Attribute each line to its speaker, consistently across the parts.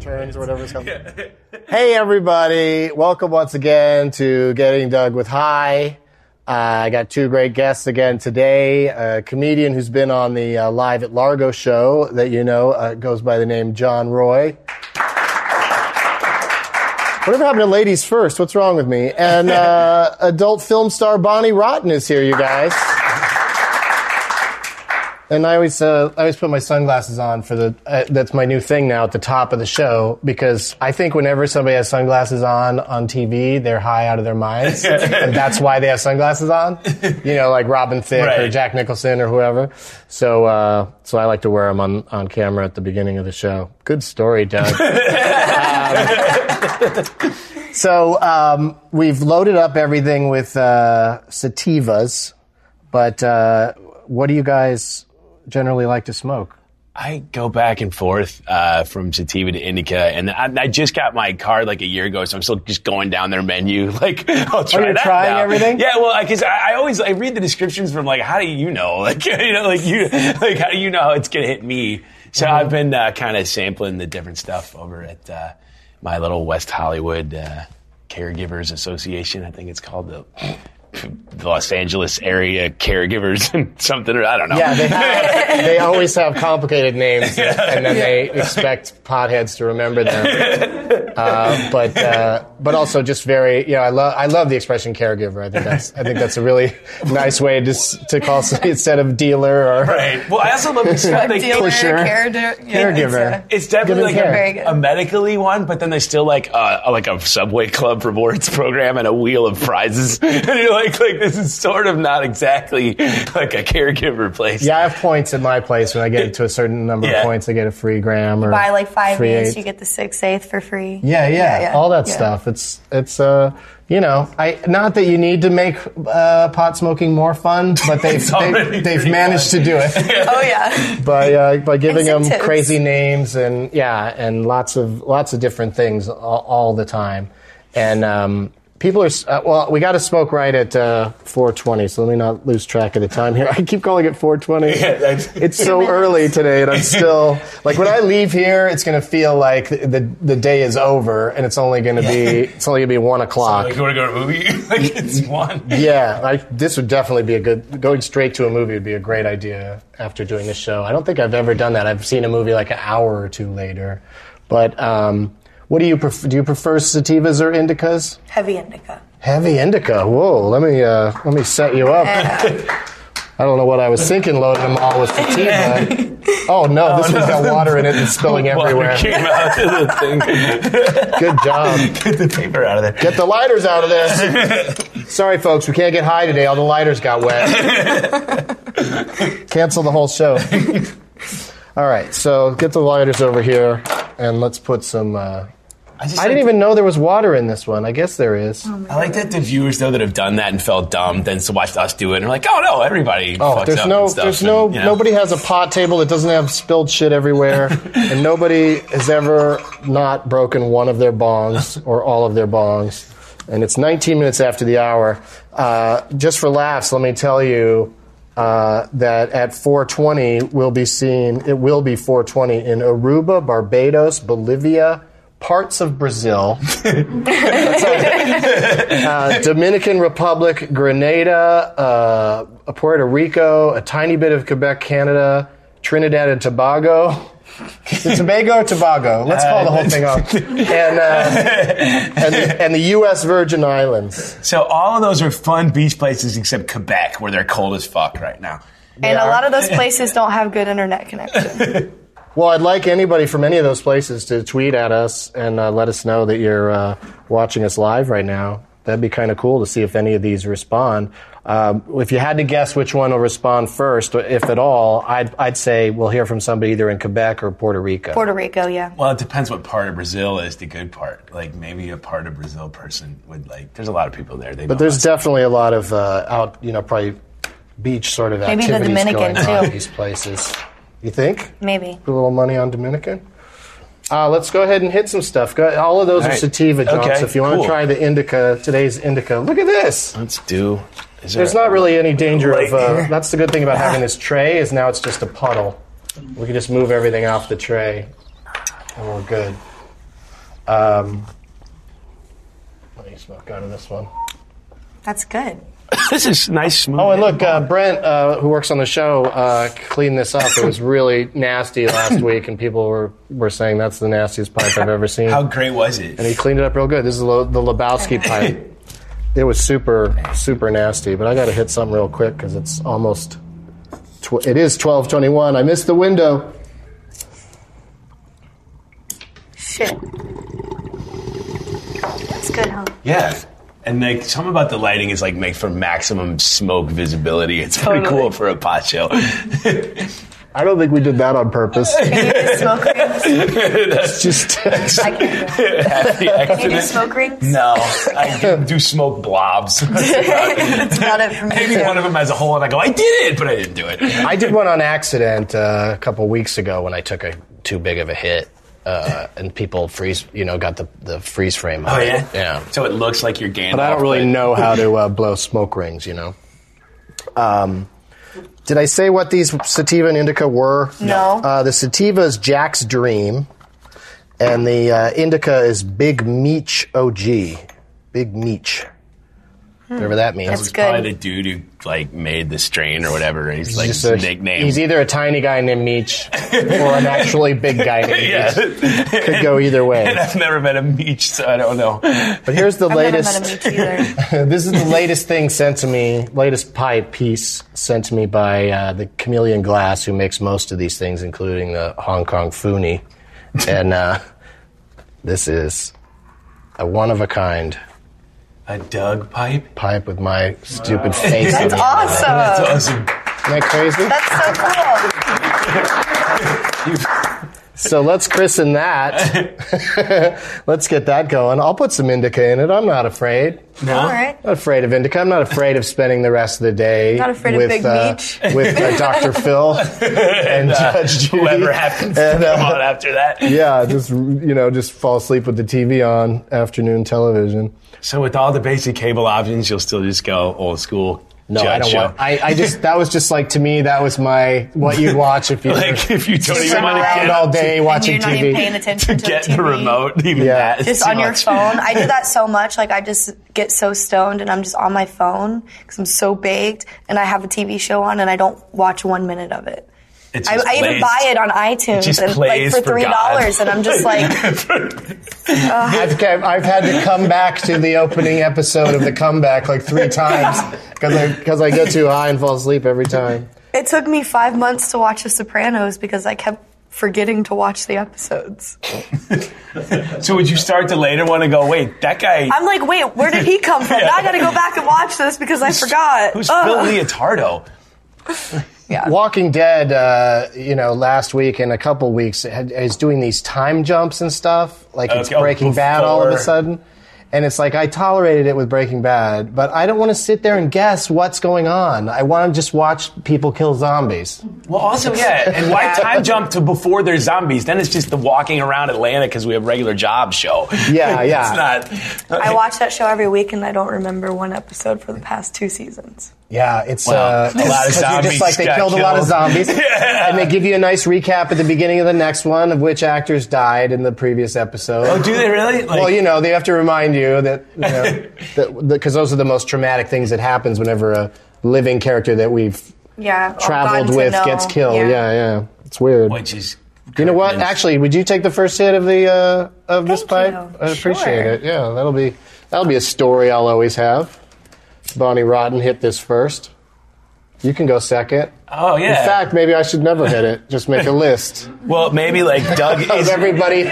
Speaker 1: Friends or whatever it's called.
Speaker 2: Yeah.
Speaker 1: Hey, everybody. Welcome once again to Getting Doug with Hi. Uh, I got two great guests again today. A comedian who's been on the uh, Live at Largo show that you know uh, goes by the name John Roy. Whatever happened to ladies first? What's wrong with me? And uh, adult film star Bonnie Rotten is here, you guys. And I always, uh, I always put my sunglasses on for the. Uh, that's my new thing now at the top of the show because I think whenever somebody has sunglasses on on TV, they're high out of their minds, and that's why they have sunglasses on. You know, like Robin Thicke or
Speaker 2: Right.
Speaker 1: Jack Nicholson or whoever. So, uh, so I like to wear them on on camera at the beginning of the show. Good story, Doug. So um, we've loaded up everything with uh, sativas, but uh, what do you guys generally like to smoke?
Speaker 2: I go back and forth uh, from sativa to indica, and I, I just got my card like a year ago, so I'm still just going down their menu. Like, I'll try
Speaker 1: you're
Speaker 2: that
Speaker 1: trying
Speaker 2: now.
Speaker 1: everything?
Speaker 2: Yeah, well, because I, I always I read the descriptions from like, how do you know? Like, you know, like you like how do you know how it's gonna hit me? So
Speaker 1: Mm-hmm.
Speaker 2: I've been uh, kind of sampling the different stuff over at uh, my little West Hollywood uh, Caregivers Association. I think it's called the. The Los Angeles area caregivers and something or I don't know.
Speaker 1: Yeah, they have, they always have complicated names, and then they expect potheads to remember them. Uh, but uh, but also just very you know I love I love the expression caregiver. I think that's I think that's a really nice way to s- to call somebody instead of dealer or
Speaker 2: Right. Well, I also love this stuff. They
Speaker 1: Dealer, pusher.
Speaker 3: Carede- yeah,
Speaker 1: Caregiver.
Speaker 3: it's,
Speaker 2: It's definitely
Speaker 1: Good
Speaker 2: like
Speaker 1: care.
Speaker 3: Very good.
Speaker 2: a, a medically one, but then there's still like uh, a, a- like a Subway Club rewards program and a wheel of prizes, and you're like, like this is sort of not exactly like a caregiver place.
Speaker 1: Yeah, I have points at my place. When I get to a certain number
Speaker 2: Yeah.
Speaker 1: of points, I get a free gram or
Speaker 3: uh, buy like five
Speaker 1: free
Speaker 3: minutes,
Speaker 1: eighth.
Speaker 3: you get the sixth, eighth for free.
Speaker 1: yeah, yeah,
Speaker 3: yeah,
Speaker 1: all that
Speaker 3: yeah.
Speaker 1: stuff. It's it's uh, you know, I not that you need to make uh, pot smoking more fun, but they've
Speaker 2: It's
Speaker 1: they,
Speaker 2: already
Speaker 1: they've
Speaker 2: pretty
Speaker 1: managed
Speaker 2: fun.
Speaker 1: to do it
Speaker 3: Oh yeah.
Speaker 1: by uh, by giving them
Speaker 3: Incentives.
Speaker 1: crazy names and yeah, and lots of lots of different things all, all the time, and. Um, People are s- uh, well. We got to smoke right at uh, 4:20, so let me not lose track of the time here. I keep calling it 4:20.
Speaker 2: that's-
Speaker 1: It's so early today, and I'm still like when I leave here, it's gonna feel like the the day is over, and it's only gonna be it's only gonna be one o'clock.
Speaker 2: Like you want to go to a movie? like it's one.
Speaker 1: yeah, I, this would definitely be a good going straight to a movie would be a great idea after doing this show. I don't think I've ever done that. I've seen a movie like an hour or two later, but um, what do you prefer? Do you prefer sativas or indicas?
Speaker 3: Heavy indica.
Speaker 1: Heavy indica. Whoa, let me uh, let me set you up.
Speaker 3: uh,
Speaker 1: I don't know what I was thinking loading them all with sativa. oh no, this one's got water in it and spilling
Speaker 2: Water
Speaker 1: everywhere.
Speaker 2: came out of the thing.
Speaker 1: Good job.
Speaker 2: Get the paper out of there.
Speaker 1: Get the lighters out of this. Sorry, folks, we can't get high today. All the lighters got wet. Cancel the whole show. All right, so get the lighters over here and let's put some. Uh,
Speaker 2: I, just
Speaker 1: I didn't
Speaker 2: like-
Speaker 1: even know there was water in this one. I guess there is.
Speaker 2: I like that the viewers though that have done that and felt dumb, then so watched us do it and are like, oh no, everybody.
Speaker 1: Oh,
Speaker 2: fucks
Speaker 1: there's
Speaker 2: up
Speaker 1: no,
Speaker 2: and stuff
Speaker 1: there's
Speaker 2: and,
Speaker 1: no,
Speaker 2: you know.
Speaker 1: nobody has a pot table that doesn't have spilled shit everywhere, and nobody has ever not broken one of their bongs or all of their bongs. And it's 19 minutes after the hour. Uh, just for laughs, let me tell you uh, that at 4:20 we'll be seeing it will be 4:20 in Aruba, Barbados, Bolivia, parts of Brazil. Uh, Dominican Republic, Grenada, uh, Puerto Rico, a tiny bit of Quebec, Canada, Trinidad and Tobago. Is it Tobago or Tobago? Let's call the whole thing off. And, uh, and, the, and the U.S. Virgin Islands.
Speaker 2: So all of those are fun beach places except Quebec, where they're cold as fuck right now.
Speaker 3: And
Speaker 1: Yeah.
Speaker 3: a lot of those places don't have good internet connection.
Speaker 1: Well, I'd like anybody from any of those places to tweet at us and uh, let us know that you're uh, watching us live right now. That'd be kind of cool to see if any of these respond. Um, if you had to guess which one will respond first, uh, if at all, I'd, I'd say we'll hear from somebody either in Quebec or Puerto Rico.
Speaker 3: Puerto Rico, yeah.
Speaker 2: Well, it depends what part of Brazil is the good part. Like maybe a part of Brazil person would like. There's a lot of people there. They
Speaker 1: but there's definitely a lot of uh, out, you know, probably beach sort of
Speaker 3: Maybe the
Speaker 1: activities
Speaker 3: Dominican,
Speaker 1: going on
Speaker 3: too.
Speaker 1: in these places. You think?
Speaker 3: Maybe.
Speaker 1: Put a little money on Dominican. Uh, let's go ahead and hit some stuff. Go, all of those
Speaker 2: All
Speaker 1: are
Speaker 2: right.
Speaker 1: sativa, John.
Speaker 2: Okay,
Speaker 1: so if you want
Speaker 2: cool.
Speaker 1: to try the indica, today's indica, look at this.
Speaker 2: let's do. Is
Speaker 1: There's not really any danger of.
Speaker 2: Light
Speaker 1: Uh,
Speaker 2: here.
Speaker 1: that's the good thing about having this tray is now it's just a puddle. We can just move everything off the tray, and we're good. Um, let me smoke out of this one.
Speaker 3: That's good.
Speaker 2: This is nice, smooth.
Speaker 1: Oh, and look, uh, Brent, uh, who works on the show, uh, cleaned this up. It was really nasty last week, and people were, were saying that's the nastiest pipe I've ever seen.
Speaker 2: How great was it?
Speaker 1: He cleaned it up real good. This is the, the Lebowski pipe. It was super, super nasty. But I got to hit something real quick because it's almost. Tw- it is twelve twenty one. I missed the window.
Speaker 3: Shit. That's good, huh?
Speaker 2: Yeah. And like something about the lighting is like make for maximum smoke visibility. It's pretty
Speaker 3: Totally.
Speaker 2: cool for a pot show.
Speaker 1: I don't think we did that on purpose.
Speaker 3: Can you do smoke rings?
Speaker 1: It's just
Speaker 3: I can do it.
Speaker 2: Happy
Speaker 3: Can you do
Speaker 2: accident.
Speaker 3: smoke rings?
Speaker 2: No, I can do smoke blobs.
Speaker 3: That's about it for me.
Speaker 2: Maybe
Speaker 3: too.
Speaker 2: one of them has a hole, and I go, I did it, but I didn't do it.
Speaker 1: I did one on accident uh, a couple weeks ago when I took a too big of a hit, uh, and people freeze. You know, got the, the freeze frame. on
Speaker 2: Oh
Speaker 1: it.
Speaker 2: yeah,
Speaker 1: yeah.
Speaker 2: So it looks like you're Gandalf.
Speaker 1: But I don't really know how to uh, blow smoke rings. You know. Um, did I say what these sativa and indica were?
Speaker 3: No.
Speaker 1: Uh, the sativa is Jack's Dream, and the uh, indica is Big Meech OG. Big Meech. Whatever that means.
Speaker 3: Hmm. That's
Speaker 2: Probably
Speaker 3: good.
Speaker 2: the dude who like made the strain or whatever. and He's like
Speaker 1: Just
Speaker 2: his
Speaker 1: a-
Speaker 2: nickname.
Speaker 1: He's either a tiny guy named Meech or an actually big guy named Meech.
Speaker 2: yeah,
Speaker 1: Could go either
Speaker 2: and
Speaker 1: way.
Speaker 2: I've never met a Meech, so I don't know.
Speaker 1: But here's the
Speaker 3: I've never met a
Speaker 1: latest.
Speaker 3: meat either.
Speaker 1: this is the latest thing sent to me, latest pipe piece sent to me by uh, the Chameleon Glass, who makes most of these things, including the Hong Kong Funi. and uh, this is a one of a kind
Speaker 2: A Doug pipe.
Speaker 1: pipe with my stupid face.
Speaker 3: That's
Speaker 1: in it.
Speaker 2: That's
Speaker 3: awesome.
Speaker 2: awesome.
Speaker 1: Isn't that crazy?
Speaker 3: That's so cool.
Speaker 1: So let's christen that. let's get that going. I'll put some indica in it. I'm not afraid.
Speaker 3: All right.
Speaker 1: Not afraid of indica. I'm not afraid of spending the rest of the day
Speaker 3: Not afraid of
Speaker 1: with,
Speaker 3: Big
Speaker 1: uh,
Speaker 3: Meech.
Speaker 1: with uh, Dr. Phil and Judge Judy.
Speaker 2: Uh, Whoever happens
Speaker 1: And,
Speaker 2: to
Speaker 1: uh,
Speaker 2: come on after that.
Speaker 1: yeah, just you know, just fall asleep with the TV on, afternoon television.
Speaker 2: So with all the basic cable options, you'll still just go old school.
Speaker 1: No, I
Speaker 2: judge
Speaker 1: don't
Speaker 2: show.
Speaker 1: want. I, I just that was just like to me that was my what you'd watch if you
Speaker 2: like if you don't
Speaker 1: were
Speaker 2: even
Speaker 1: sitting
Speaker 2: want to
Speaker 1: around
Speaker 2: get
Speaker 1: all
Speaker 2: all
Speaker 1: day
Speaker 3: And
Speaker 1: watching
Speaker 3: you're not
Speaker 1: TV.
Speaker 3: even paying attention to,
Speaker 2: get
Speaker 3: the, TV.
Speaker 2: the remote, even
Speaker 1: Yeah.
Speaker 2: that.
Speaker 3: Just on your phone. I do that so much. Like I just get so stoned and I'm just on my phone because I'm so baked and I have a TV show on and I don't watch one minute of it.
Speaker 2: It's
Speaker 3: I,
Speaker 2: just
Speaker 3: I even
Speaker 2: plays-
Speaker 3: buy it on iTunes
Speaker 2: just
Speaker 3: and like
Speaker 2: plays
Speaker 3: for
Speaker 2: for
Speaker 3: three dollars
Speaker 2: God.
Speaker 3: and I'm just like,
Speaker 1: I've, I've I've had to come back to the opening episode of the comeback like three times because I because I get too high and fall asleep every time.
Speaker 3: it took me five months to watch The Sopranos because I kept forgetting to watch the episodes.
Speaker 2: So would you start to later want to go? Wait, that guy.
Speaker 3: I'm like, wait, where did he come from? Now I got to go back and watch this because I forgot.
Speaker 2: who's
Speaker 3: Ugh.
Speaker 2: Phil Leotardo?
Speaker 3: Yeah.
Speaker 1: Walking Dead, uh, you know, last week and a couple weeks had- is doing these time jumps and stuff. Like it's
Speaker 2: Okay, oh,
Speaker 1: Breaking Bad all of a
Speaker 2: before-
Speaker 1: sudden. And it's like I tolerated it with Breaking Bad, but I don't want to sit there and guess what's going on. I want to just watch people kill zombies.
Speaker 2: Well, also yeah, and why time jump to before there's zombies? Then it's just the walking around Atlanta because we have regular job show.
Speaker 1: Yeah, yeah.
Speaker 2: it's not.
Speaker 3: I watch that show every week and I don't remember one episode for the past two seasons.
Speaker 1: Yeah, it's
Speaker 2: Wow.
Speaker 1: uh,
Speaker 2: A lot of
Speaker 1: 'cause you're
Speaker 2: zombies
Speaker 1: Just like they
Speaker 2: got
Speaker 1: killed, a lot of
Speaker 2: killed.
Speaker 1: zombies, and they give you a nice recap at the beginning of the next one of which actors died in the previous episode.
Speaker 2: Oh, do they really? Like,
Speaker 1: Well, you know, they have to remind you that you know, because those are the most traumatic things that happens whenever a living character that we've
Speaker 3: Yeah. or gotten
Speaker 1: traveled
Speaker 3: to
Speaker 1: with
Speaker 3: know.
Speaker 1: gets killed. Yeah, yeah, it's weird.
Speaker 2: which is
Speaker 1: you know what? Actually, would you take the first hit of the uh, of this pipe?
Speaker 3: Thank you.
Speaker 1: I appreciate
Speaker 3: Sure.
Speaker 1: it. Yeah, that'll be that'll be a story I'll always have. Bonnie Rotten hit this first. You can go second.
Speaker 2: Oh yeah.
Speaker 1: In fact, maybe I should never hit it. Just make a list
Speaker 2: well, maybe like Doug
Speaker 1: of
Speaker 2: is
Speaker 1: everybody.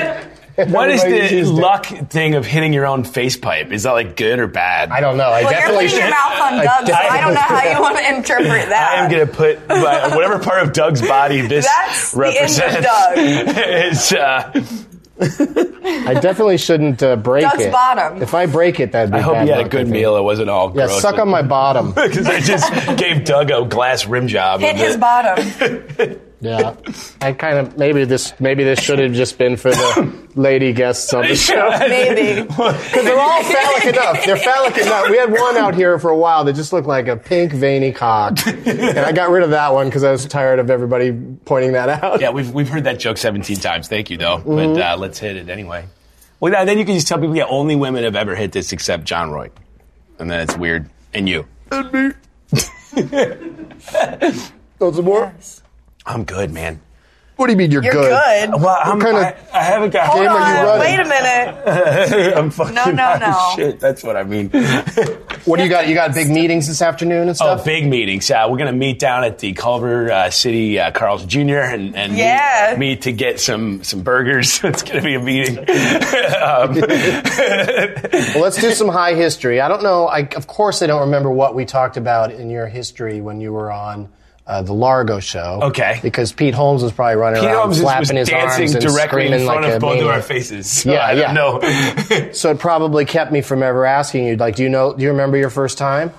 Speaker 2: What is
Speaker 1: everybody
Speaker 2: the
Speaker 1: Tuesday.
Speaker 2: luck thing of hitting your own face pipe? Is that like good or bad?
Speaker 1: I don't know. I
Speaker 3: Well, you're
Speaker 1: definitely
Speaker 3: putting your
Speaker 1: should.
Speaker 3: mouth on Doug, so I don't know how you want to interpret that.
Speaker 2: I am gonna put my- whatever part of Doug's body this
Speaker 3: That's the end of
Speaker 2: represents.
Speaker 3: Doug.
Speaker 2: it's, uh,
Speaker 1: I definitely shouldn't uh, break
Speaker 3: Doug's
Speaker 1: it.
Speaker 3: bottom.
Speaker 1: If I break it, that'd be.
Speaker 2: I hope
Speaker 1: bad
Speaker 2: you had a
Speaker 1: luck, I
Speaker 2: good
Speaker 1: think.
Speaker 2: meal. It wasn't all
Speaker 1: Yeah,
Speaker 2: gross.
Speaker 1: suck on my bottom.
Speaker 2: because I just gave Doug a glass rim job.
Speaker 3: Hit
Speaker 2: of
Speaker 3: his
Speaker 2: it.
Speaker 3: bottom.
Speaker 1: Yeah, I kind of maybe this maybe this should have just been for the lady guests on the show.
Speaker 3: Maybe.
Speaker 1: They're all phallic enough. They're phallic enough. We had one out here for a while that just looked like a pink veiny cock, and I got rid of that one because I was tired of everybody pointing that out. Mm-hmm.
Speaker 2: Yeah, we've we've heard that joke 17 times. Thank you though, but uh, let's hit it anyway. Well, now, then you can just tell people, yeah, only women have ever hit this except John Roy, and then it's weird. And you,
Speaker 1: Want some more?
Speaker 2: I'm good, man.
Speaker 1: What do you mean you're,
Speaker 3: You're good.
Speaker 2: Well, I'm,
Speaker 1: kind of
Speaker 2: I, I haven't got.
Speaker 3: Hold
Speaker 1: game are you
Speaker 3: on.
Speaker 1: running?
Speaker 3: Wait a minute.
Speaker 2: I'm fucking
Speaker 3: No, no,
Speaker 2: out of
Speaker 3: no.
Speaker 2: Shit, that's what I mean.
Speaker 1: What do you got? You got big meetings this afternoon and
Speaker 2: oh,
Speaker 1: stuff?
Speaker 2: big meetings. Uh, we're going to meet down at the Culver uh, City uh, Carl's Jr. and, and meet-
Speaker 3: Yeah.
Speaker 2: meet, to get some some burgers. it's going to be a meeting. um,
Speaker 1: Well, let's do some high history. I don't know. I, of course, I don't remember what we talked about in your history when you were on uh, the Largo show.
Speaker 2: Okay.
Speaker 1: Because Pete Holmes was probably running
Speaker 2: Pete
Speaker 1: around
Speaker 2: Holmes
Speaker 1: flapping
Speaker 2: was
Speaker 1: his
Speaker 2: dancing
Speaker 1: arms and
Speaker 2: directly
Speaker 1: screaming
Speaker 2: in front
Speaker 1: like
Speaker 2: of
Speaker 1: a
Speaker 2: both of our
Speaker 1: maniac.
Speaker 2: faces. So
Speaker 1: Yeah,
Speaker 2: I
Speaker 1: yeah.
Speaker 2: don't know.
Speaker 1: So it probably kept me from ever asking you. Like, do you know? Do you remember your first time?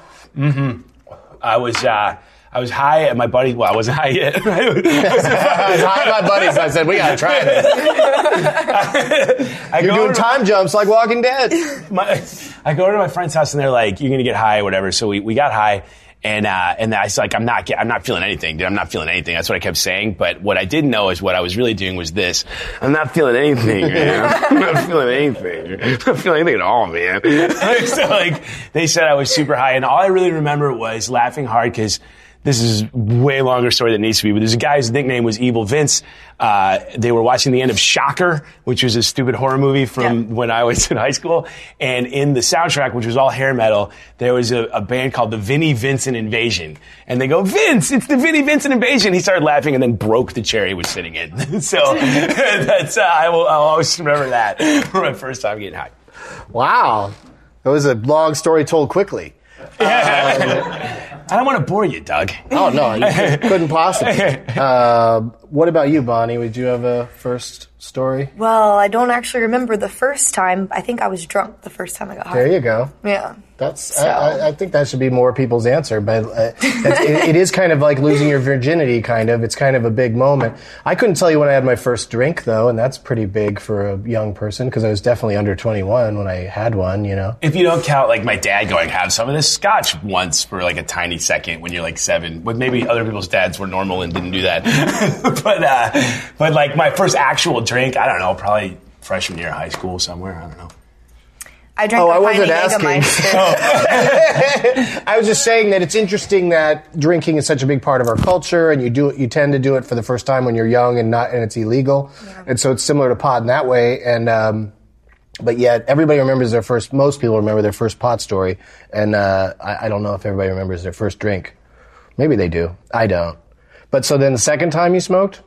Speaker 2: I was uh, I was high at my buddy. Well, I wasn't high yet.
Speaker 1: I was high at my buddies. I said, "We gotta try this."
Speaker 2: I
Speaker 1: You're
Speaker 2: go
Speaker 1: doing
Speaker 2: to-
Speaker 1: time jumps like Walking Dead.
Speaker 2: my, I go to my friend's house and they're like, "You're gonna get high, or whatever." So we, we got high, and uh, and I was like, "I'm not get, I'm not feeling anything, dude. I'm not feeling anything." That's what I kept saying. But what I didn't know is what I was really doing was this: I'm not feeling anything, man. I'm not feeling anything. I'm not feeling anything at all, man. so like they said I was super high, and all I really remember was laughing hard because this is way longer story than needs to be, but there's a guy whose nickname was Evil Vince. Uh, they were watching the end of Shocker, which was a stupid horror movie from
Speaker 3: Yeah.
Speaker 2: when I was in high school. And in the soundtrack, which was all hair metal, there was a, a band called the Vinnie Vincent Invasion. And they go, Vince, it's the Vinnie Vincent Invasion. He started laughing and then broke the chair he was sitting in. so that's, uh, I will, I'll always remember that for my first time getting high.
Speaker 1: Wow, it was a long story told quickly.
Speaker 2: I don't want to bore you, Doug.
Speaker 1: Oh no, you couldn't possibly. Uh, what about you, Bonnie? Would you have a first story?
Speaker 3: Well, I don't actually remember the first time. I think I was drunk the first time I got high.
Speaker 1: There you go.
Speaker 3: Yeah.
Speaker 1: That's I, I, I think that should be more people's answer, but uh, that's, it, it is kind of like losing your virginity. Kind of, it's kind of a big moment. I couldn't tell you when I had my first drink though, and that's pretty big for a young person because I was definitely under twenty one when I had one. You know,
Speaker 2: If you don't count like my dad going have some of this scotch once for like a tiny second when you're like seven, but maybe other people's dads were normal and didn't do that. but uh, but like my first actual drink, I don't know, probably freshman year of high school somewhere. I don't know.
Speaker 3: I drank
Speaker 1: Oh,
Speaker 3: a
Speaker 1: I wasn't
Speaker 3: pint of
Speaker 1: asking.
Speaker 3: Jägermeister.
Speaker 1: Oh. I was just saying that it's interesting that drinking is such a big part of our culture, and you do you tend to do it for the first time when you're young and not and it's illegal, and so it's similar to pot in that way. And um, but yet everybody remembers their first. Most people remember their first pot story, and uh, I, I don't know if everybody remembers their first drink. Maybe they do. I don't. But so then the second time you smoked,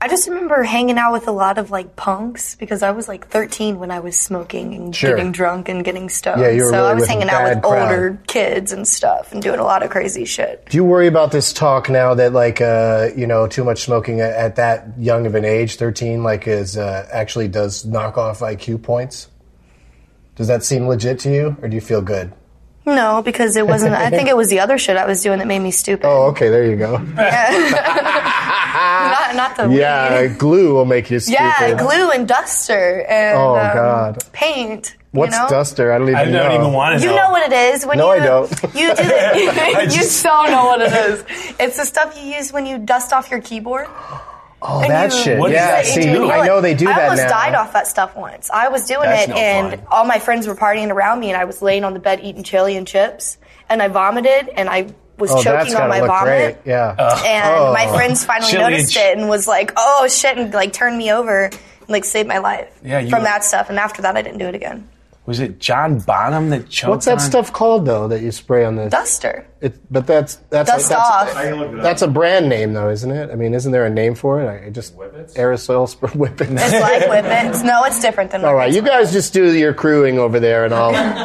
Speaker 3: I just remember hanging out with a lot of like punks because I was like 13 when I was smoking and
Speaker 1: Sure.
Speaker 3: getting drunk and getting stoned.
Speaker 1: Yeah, you were
Speaker 3: so
Speaker 1: really
Speaker 3: I was
Speaker 1: with a
Speaker 3: hanging out
Speaker 1: bad
Speaker 3: with
Speaker 1: crowd.
Speaker 3: older kids and stuff and doing a lot of crazy shit.
Speaker 1: do you worry about this talk now that like uh, you know too much smoking at, at that young of an age, thirteen, like is uh, actually does knock off IQ points? Does that seem legit to you, or do you feel good?
Speaker 3: No, because it wasn't. I think it was the other shit I was doing that made me stupid.
Speaker 1: Oh, okay, there you go.
Speaker 3: Not, not the
Speaker 1: Yeah,
Speaker 3: weed.
Speaker 1: glue will make you stupid.
Speaker 3: Yeah, glue and duster and
Speaker 1: Oh,
Speaker 3: um,
Speaker 1: God.
Speaker 3: paint.
Speaker 1: What's
Speaker 3: you know?
Speaker 1: duster? I don't even
Speaker 2: I
Speaker 1: know.
Speaker 2: don't even want to
Speaker 3: You
Speaker 2: know.
Speaker 3: know what it is when
Speaker 1: No,
Speaker 3: you
Speaker 1: I don't.
Speaker 3: you do the, you
Speaker 2: just-
Speaker 3: so know what it is. It's the stuff you use when you dust off your keyboard.
Speaker 1: Oh,
Speaker 3: and
Speaker 1: that
Speaker 3: you
Speaker 1: shit.
Speaker 2: What is
Speaker 1: Yeah,
Speaker 2: that
Speaker 3: put it
Speaker 1: see,
Speaker 3: into an
Speaker 2: glue?
Speaker 1: I know
Speaker 3: inhaler.
Speaker 1: they do
Speaker 3: I
Speaker 1: that
Speaker 3: almost
Speaker 1: now.
Speaker 3: died off that stuff once. I was doing
Speaker 2: That's
Speaker 3: it,
Speaker 2: no
Speaker 3: and
Speaker 2: fun.
Speaker 3: all my friends were partying around me, and I was laying on the bed eating chili and chips, and I vomited, and I was
Speaker 1: Oh, that's
Speaker 3: choking
Speaker 1: gotta
Speaker 3: on my
Speaker 1: look
Speaker 3: vomit.
Speaker 1: great. Yeah.
Speaker 3: And
Speaker 1: Oh.
Speaker 3: my friends finally
Speaker 2: Chili and
Speaker 3: noticed
Speaker 2: ch-
Speaker 3: it and was like, "Oh shit!" and like turned me over, and, like saved my life
Speaker 2: Yeah, you-
Speaker 3: from that stuff. And after that, I didn't do it again.
Speaker 2: Was it John Bonham that choked?
Speaker 1: What's that
Speaker 2: on-
Speaker 1: stuff called though that you spray on the?
Speaker 3: Duster.
Speaker 1: It, but that's that's
Speaker 3: Dust
Speaker 1: that's,
Speaker 3: off.
Speaker 4: I can look it up.
Speaker 1: That's a brand name, though, isn't it? I mean, isn't there a name for it? I I just
Speaker 4: Whippets?
Speaker 1: aerosol sp- whippets.
Speaker 3: It's like whippets. No, it's different than
Speaker 1: All right, you guys just do your crewing over there, and I'll.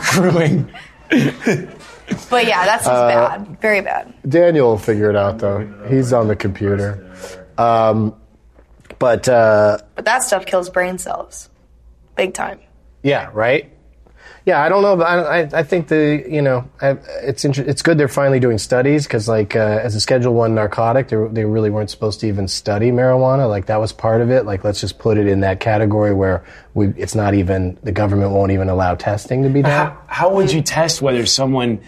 Speaker 2: Crewing.
Speaker 3: But yeah, that's just
Speaker 2: Uh,
Speaker 3: bad. Very bad.
Speaker 1: Daniel will figure it out, though. He's on the computer. Um, but uh,
Speaker 3: But that stuff kills brain cells, big time.
Speaker 1: yeah, right. Yeah, I don't know. But I, I, I think the you know I, it's inter- it's good they're finally doing studies because like uh, as a Schedule One narcotic, they, they really weren't supposed to even study marijuana. Like that was part of it. Like let's just put it in that category where we it's
Speaker 2: Uh-huh.
Speaker 1: not even the government won't even allow testing to be done.
Speaker 2: How, how would you test whether someone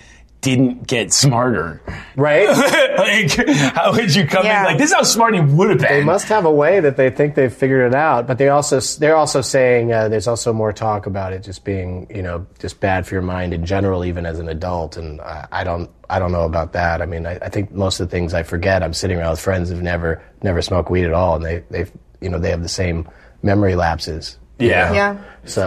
Speaker 2: didn't get smarter.
Speaker 1: right?
Speaker 2: like, how would you come
Speaker 3: Yeah.
Speaker 2: in? Like, this is how smart he would have been.
Speaker 1: They must have a way that they think they've figured it out, but they also they're also saying uh, there's also more talk about it just being you know just bad for your mind in general, even as an adult. And I, I don't I don't know about that. I mean, I, I think most of the things I forget. I'm sitting around with friends who've never never smoked weed at all, and they they you know they have the same memory lapses. you
Speaker 2: Yeah.
Speaker 1: know?
Speaker 3: Yeah.
Speaker 1: So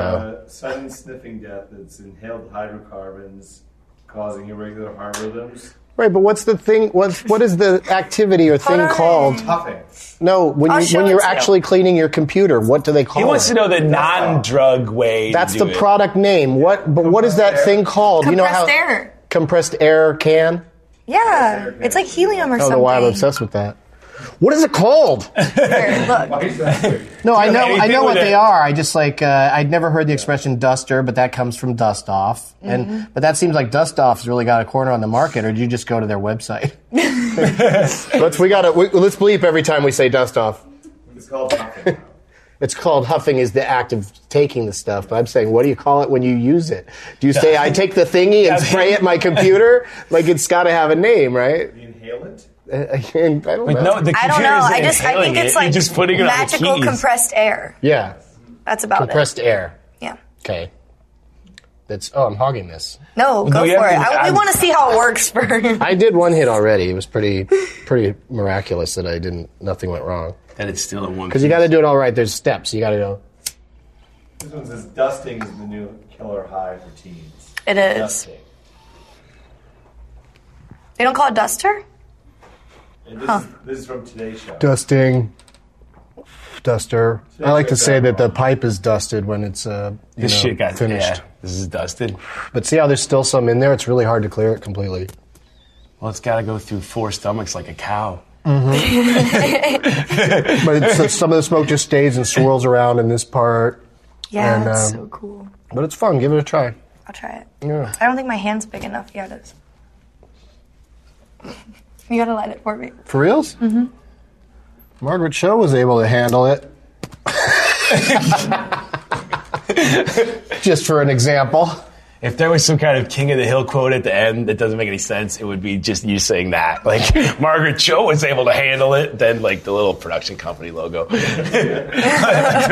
Speaker 4: Uh, sudden sniffing death. It's inhaled hydrocarbons causing irregular heart rhythms.
Speaker 1: right, but what's the thing? What's what is the activity or thing
Speaker 3: on.
Speaker 1: called?
Speaker 4: Puffing.
Speaker 1: No, when
Speaker 3: I'll
Speaker 1: you
Speaker 3: show
Speaker 1: when
Speaker 3: it
Speaker 1: you're
Speaker 3: to you.
Speaker 1: actually cleaning your computer, what do they call
Speaker 2: he wants
Speaker 1: it?
Speaker 2: to know the non-drug way. to
Speaker 1: That's
Speaker 2: do
Speaker 1: the
Speaker 2: it.
Speaker 1: product name. What? But what is that
Speaker 4: Compressed
Speaker 1: thing called? you know how
Speaker 3: Compressed air.
Speaker 1: compressed air can.
Speaker 3: Yeah. It's like helium or
Speaker 1: I don't
Speaker 3: something.
Speaker 1: know why I'm obsessed with that. What is it called?
Speaker 3: Here, look.
Speaker 4: Why is that?
Speaker 1: No, I know, I
Speaker 2: anything
Speaker 1: know
Speaker 2: with
Speaker 1: what they
Speaker 2: it.
Speaker 1: are. I just like uh, I'd never heard the expression duster, but that comes from dust off,
Speaker 3: Mm-hmm.
Speaker 1: and but that seems like dust off's really got a corner on the market. Or do you just go to their website? let's we gotta we, let's bleep every time we say dust off.
Speaker 4: It's called puffing.
Speaker 1: It's called huffing is the act of taking the stuff, but I'm saying, what do you call it when you use it? Do you say, I take the thingy and spray at my computer? Like, it's got to have a name, right?
Speaker 4: You inhale it.
Speaker 1: I don't know.
Speaker 2: No, the
Speaker 3: I don't
Speaker 2: computer
Speaker 3: know.
Speaker 2: isn't
Speaker 3: I just I
Speaker 2: inhaling
Speaker 3: think
Speaker 2: it.
Speaker 3: it's
Speaker 2: You're
Speaker 3: like
Speaker 2: just putting it
Speaker 3: magical
Speaker 2: on the keys.
Speaker 3: compressed air.
Speaker 1: Yeah,
Speaker 3: That's about
Speaker 1: compressed air.
Speaker 3: it. Yeah.
Speaker 1: Okay. That's, oh, I'm hogging this.
Speaker 3: No, go
Speaker 2: No, you
Speaker 3: for it.
Speaker 2: have to-
Speaker 3: I,
Speaker 2: I'm-
Speaker 3: we want to see how it works first.
Speaker 1: I did one hit already. It was pretty, pretty miraculous that I didn't, nothing went wrong.
Speaker 2: That it's still in one.
Speaker 1: Because you got to do it all right. There's steps. You got to go.
Speaker 4: This one says dusting is the new killer high for teens.
Speaker 3: It is.
Speaker 4: Dusting.
Speaker 3: They don't call it duster.
Speaker 4: And this, is, this is from Today's Show.
Speaker 1: Dusting. Duster. I like to say that the pipe is dusted when it's uh, you
Speaker 2: This
Speaker 1: know,
Speaker 2: shit got
Speaker 1: finished.
Speaker 2: Yeah, this is dusted.
Speaker 1: But see how there's still some in there? It's really hard to clear it completely.
Speaker 2: Well, it's got to go through four stomachs like a cow.
Speaker 1: But it's, some of the smoke just stays and swirls around in this part.
Speaker 3: Yeah,
Speaker 1: And,
Speaker 3: that's
Speaker 1: um,
Speaker 3: so cool.
Speaker 1: But it's fun. Give it a try.
Speaker 3: I'll try it.
Speaker 1: Yeah.
Speaker 3: I don't think my hand's big enough. Yeah, it is. You gotta light it for me.
Speaker 1: For reals? Mm-hmm. Margaret Cho was able to handle it. just for an example.
Speaker 2: If there was some kind of King of the Hill quote at the end that doesn't make any sense, it would be just you saying that. Like Margaret Cho was able to handle it, then like the little production company logo. they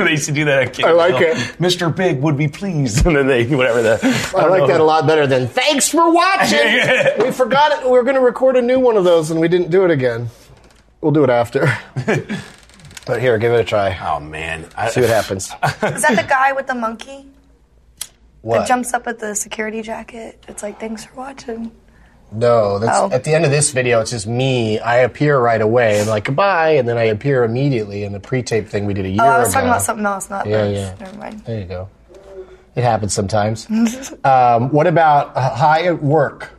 Speaker 2: used to do that. At King
Speaker 1: I
Speaker 2: of the
Speaker 1: like
Speaker 2: Hill.
Speaker 1: it.
Speaker 2: Mr. Big would be pleased, and then they whatever the.
Speaker 1: I,
Speaker 2: don't
Speaker 1: like
Speaker 2: know.
Speaker 1: that a lot better than thanks for watching.
Speaker 2: Yeah.
Speaker 1: we forgot it. We were going to record a new one of those and we didn't do it again. We'll do it after. but here, give it a try.
Speaker 2: Oh man, I,
Speaker 1: See what happens.
Speaker 3: Is that the guy with the monkey
Speaker 1: What?
Speaker 3: that jumps up at the security jacket? It's like, thanks for watching.
Speaker 1: No, that's
Speaker 3: Oh.
Speaker 1: at the end of this video. It's just me. I appear right away and like goodbye, and then I appear immediately in the pre-tape thing we did a year
Speaker 3: Oh, I was
Speaker 1: ago.
Speaker 3: talking about something else, not
Speaker 1: Yeah,
Speaker 3: this.
Speaker 1: yeah.
Speaker 3: Never mind.
Speaker 1: There you go. It happens sometimes. um, what about uh, high at work?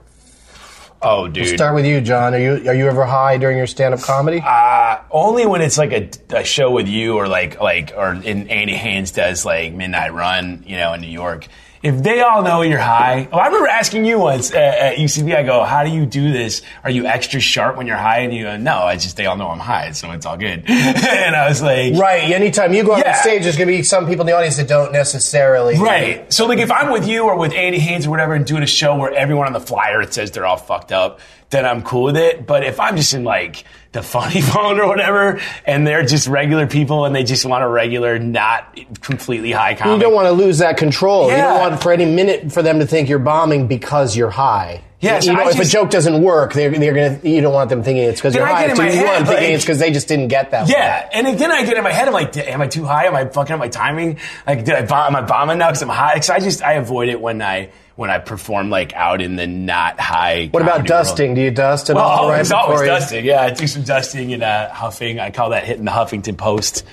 Speaker 2: oh dude,
Speaker 1: Start with you, John. Are you are you ever high during your stand-up comedy?
Speaker 2: Uh, only when it's like a, a show with you or like like or in Andy Haynes does like Midnight Run, you know, in New York. If they all know you're high, oh, I remember asking you once uh, at UCB. I go, "How do you do this? Are you extra sharp when you're high?" And you go, "No, I just they all know I'm high, so it's all good." and I was like,
Speaker 1: right. Anytime you go up on
Speaker 2: Yeah.
Speaker 1: stage, there's going to be some people in the audience that don't necessarily.
Speaker 2: Right. So like if I'm with you or with Andy Haynes or whatever and doing a show where everyone on the flyer it says they're all fucked up, then I'm cool with it. But if I'm just in like the funny phone or whatever and they're just regular people and they just want a regular, not completely high
Speaker 1: You
Speaker 2: comic.
Speaker 1: don't want to lose that control. You don't
Speaker 2: Yeah.
Speaker 1: want for any minute for them to think you're bombing because you're high.
Speaker 2: Yes,
Speaker 1: you know,
Speaker 2: I
Speaker 1: if a
Speaker 2: just-
Speaker 1: joke doesn't work, they're, they're gonna. You don't want them thinking it's because
Speaker 2: Then
Speaker 1: you're
Speaker 2: I
Speaker 1: high.
Speaker 2: get in
Speaker 1: too.
Speaker 2: my
Speaker 1: you
Speaker 2: head,
Speaker 1: want them thinking
Speaker 2: like-
Speaker 1: it's because they just didn't get that. one.
Speaker 2: yeah, and then I get in my head. I'm like, "Am I too high? Am I fucking up my timing? Like, did I bomb? Am I bombing now because I'm high? Because I just I avoid it when I when I perform like out in the not high.
Speaker 1: What about
Speaker 2: comedy world.
Speaker 1: dusting? Do you dust at
Speaker 2: Well,
Speaker 1: all right
Speaker 2: always, Oh, always
Speaker 1: before you-
Speaker 2: dusting. Yeah, I do some dusting and uh, huffing. I call that hitting the Huffington Post.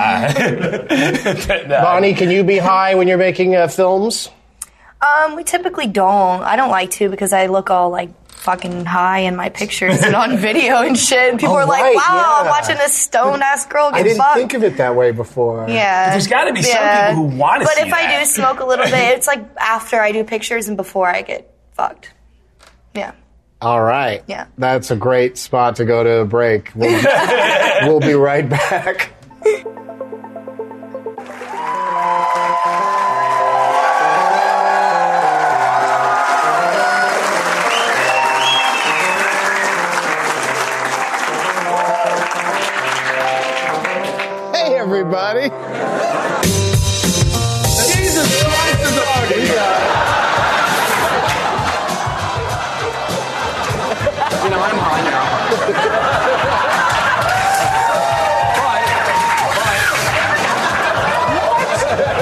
Speaker 2: Uh, but, uh,
Speaker 1: Bonnie, can you be high when you're making uh, films?
Speaker 3: Um, we typically don't. I don't like to because I look all like fucking high in my pictures and on video and shit. People
Speaker 1: Oh,
Speaker 3: are like,
Speaker 1: right,
Speaker 3: wow, I'm
Speaker 1: yeah.
Speaker 3: watching this stone ass girl get
Speaker 1: I didn't
Speaker 3: fucked.
Speaker 1: think of it that way before.
Speaker 3: Yeah.
Speaker 2: There's gotta be some people who wanna
Speaker 3: But
Speaker 2: see
Speaker 3: if I
Speaker 2: that.
Speaker 3: do smoke a little bit, it's like after I do pictures and before I get fucked. Yeah.
Speaker 1: All right.
Speaker 3: Yeah.
Speaker 1: That's a great spot to go to a break. We'll, we'll be right back.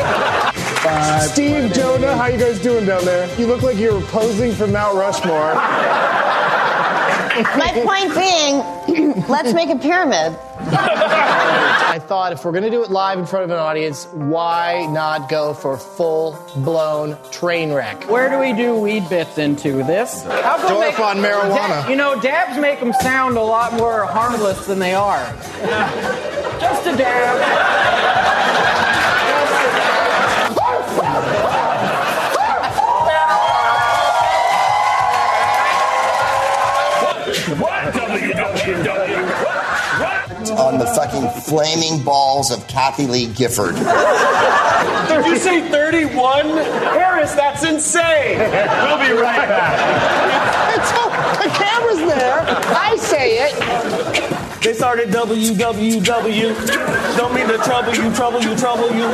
Speaker 5: live.
Speaker 1: Steve, Jonah, how you guys doing down there? You look like you're posing for Mount Rushmore.
Speaker 6: My point being, let's make a pyramid.
Speaker 1: I thought if we're gonna do it live in front of an audience, why not go for full blown train wreck?
Speaker 5: Where do we do weed bits into this? How come
Speaker 1: Dope on marijuana.
Speaker 5: Da- you know, dabs make them sound a lot more harmless than they are. Just a dab.
Speaker 7: What? WWW. What? What?
Speaker 8: on the fucking flaming balls of Kathy Lee Gifford.
Speaker 5: Did you say 31? Harris, that's insane.
Speaker 7: We'll be right back.
Speaker 1: the camera's there. I say it.
Speaker 9: They started WWW. Don't mean to trouble you, trouble you, trouble you.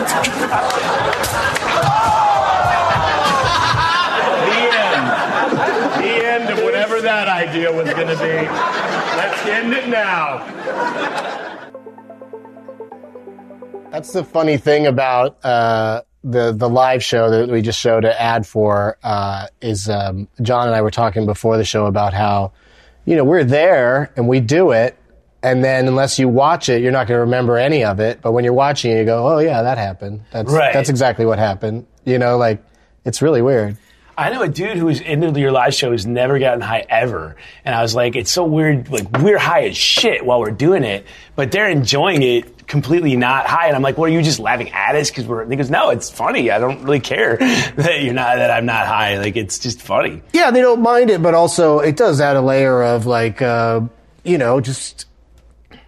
Speaker 7: The end. The end of whatever that idea was going to be. Let's end it now.
Speaker 1: That's the funny thing about uh, the the live show that we just showed an ad for uh, is um, John and I were talking before the show about how you know we're there and we do it, and then unless you watch it, you're not going to remember any of it. But when you're watching it, you go, "Oh yeah, that happened. That's
Speaker 2: Right.
Speaker 1: that's exactly what happened." You know, like it's really weird.
Speaker 2: I know a dude who was into your live show who's never gotten high ever. And I was like, it's so weird. Like, we're high as shit while we're doing it, but they're enjoying it completely not high. And I'm like, what are you just laughing at us? Cause we're, and he goes, no, it's funny. I don't really care that you're not, that I'm not high. Like, it's just funny.
Speaker 1: Yeah, they don't mind it, but also it does add a layer of like, uh, you know, just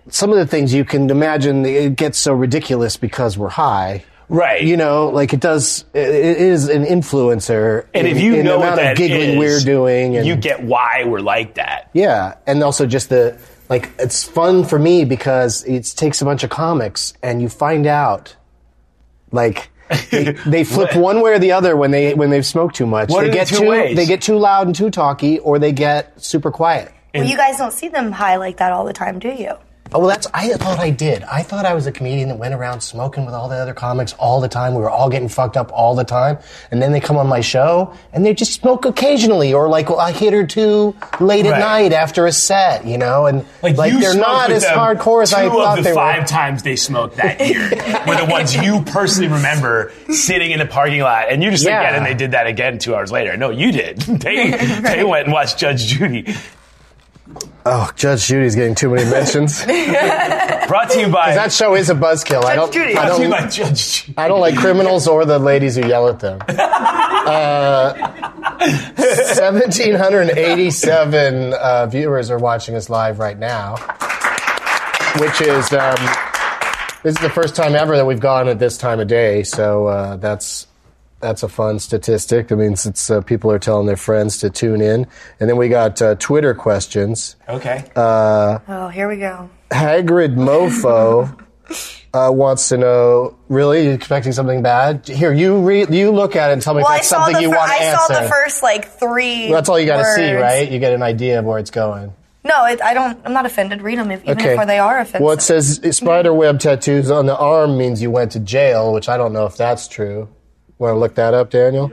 Speaker 1: some of the things you can imagine. It gets so ridiculous because we're high.
Speaker 2: Right.
Speaker 1: You know, like it does. It it is an influencer,
Speaker 2: and
Speaker 1: in,
Speaker 2: if you
Speaker 1: in
Speaker 2: know
Speaker 1: the
Speaker 2: what
Speaker 1: amount
Speaker 2: that
Speaker 1: of giggling
Speaker 2: is,
Speaker 1: we're doing, and
Speaker 2: you get why we're like that.
Speaker 1: yeah, and also just the like, it's fun for me because it takes a bunch of comics, and you find out, like. they, they flip
Speaker 2: What?
Speaker 1: one way or the other when they when they've smoked too much.
Speaker 2: What
Speaker 1: they
Speaker 2: are the
Speaker 1: get
Speaker 2: two
Speaker 1: too
Speaker 2: ways?
Speaker 1: they get too loud and too talky, or they get super quiet.
Speaker 3: well, you guys don't see them high like that all the time, do you?
Speaker 1: Oh, well, that's. I thought I did. I thought I was a comedian that went around smoking with all the other comics all the time. We were all getting fucked up all the time, and then they come on my show and they just smoke occasionally, or like a hit or two late at
Speaker 2: Right.
Speaker 1: night after a set, you know. And like,
Speaker 2: you
Speaker 1: they're
Speaker 2: smoked
Speaker 1: not
Speaker 2: with
Speaker 1: as
Speaker 2: them
Speaker 1: hardcore as
Speaker 2: two
Speaker 1: I thought
Speaker 2: of the
Speaker 1: they
Speaker 2: five
Speaker 1: were.
Speaker 2: times they smoked that year were the ones you personally remember sitting in the parking lot, and you just
Speaker 1: Yeah.
Speaker 2: think, yeah, and they did that again two hours later. No, you did. they they went and watched Judge Judy.
Speaker 1: Oh, Judge Judy's getting too many mentions.
Speaker 2: Brought to you by
Speaker 1: that show is a buzzkill. I don't.
Speaker 3: Judy.
Speaker 1: I
Speaker 2: brought to you
Speaker 1: don't.
Speaker 2: by Judge Judy.
Speaker 1: I don't like criminals or the ladies who yell at them. Uh, 1,787 uh, viewers are watching us live right now, which is um, this is the first time ever that we've gone at this time of day. So uh, that's that's a fun statistic. That means it's uh, people are telling their friends to tune in, and then we got uh, Twitter questions.
Speaker 2: Okay.
Speaker 1: Uh,
Speaker 3: Oh, here we go.
Speaker 1: Hagrid Mofo uh, wants to know. Really, you expecting something bad? Here, you re- you look at it and tell me
Speaker 3: Well,
Speaker 1: if
Speaker 3: I
Speaker 1: that's
Speaker 3: saw,
Speaker 1: something
Speaker 3: the
Speaker 1: you
Speaker 3: fir-
Speaker 1: want to
Speaker 3: I
Speaker 1: answer.
Speaker 3: saw the first like three.
Speaker 1: that's all you got to see,
Speaker 3: words.
Speaker 1: right? You get an idea of where it's going.
Speaker 3: No, it, I don't. I'm not offended. Read them if, even
Speaker 1: Okay.
Speaker 3: if they are offensive.
Speaker 1: Well, it says spider web tattoos on the arm means you went to jail, which I don't know if that's true. Want to look that up, Daniel?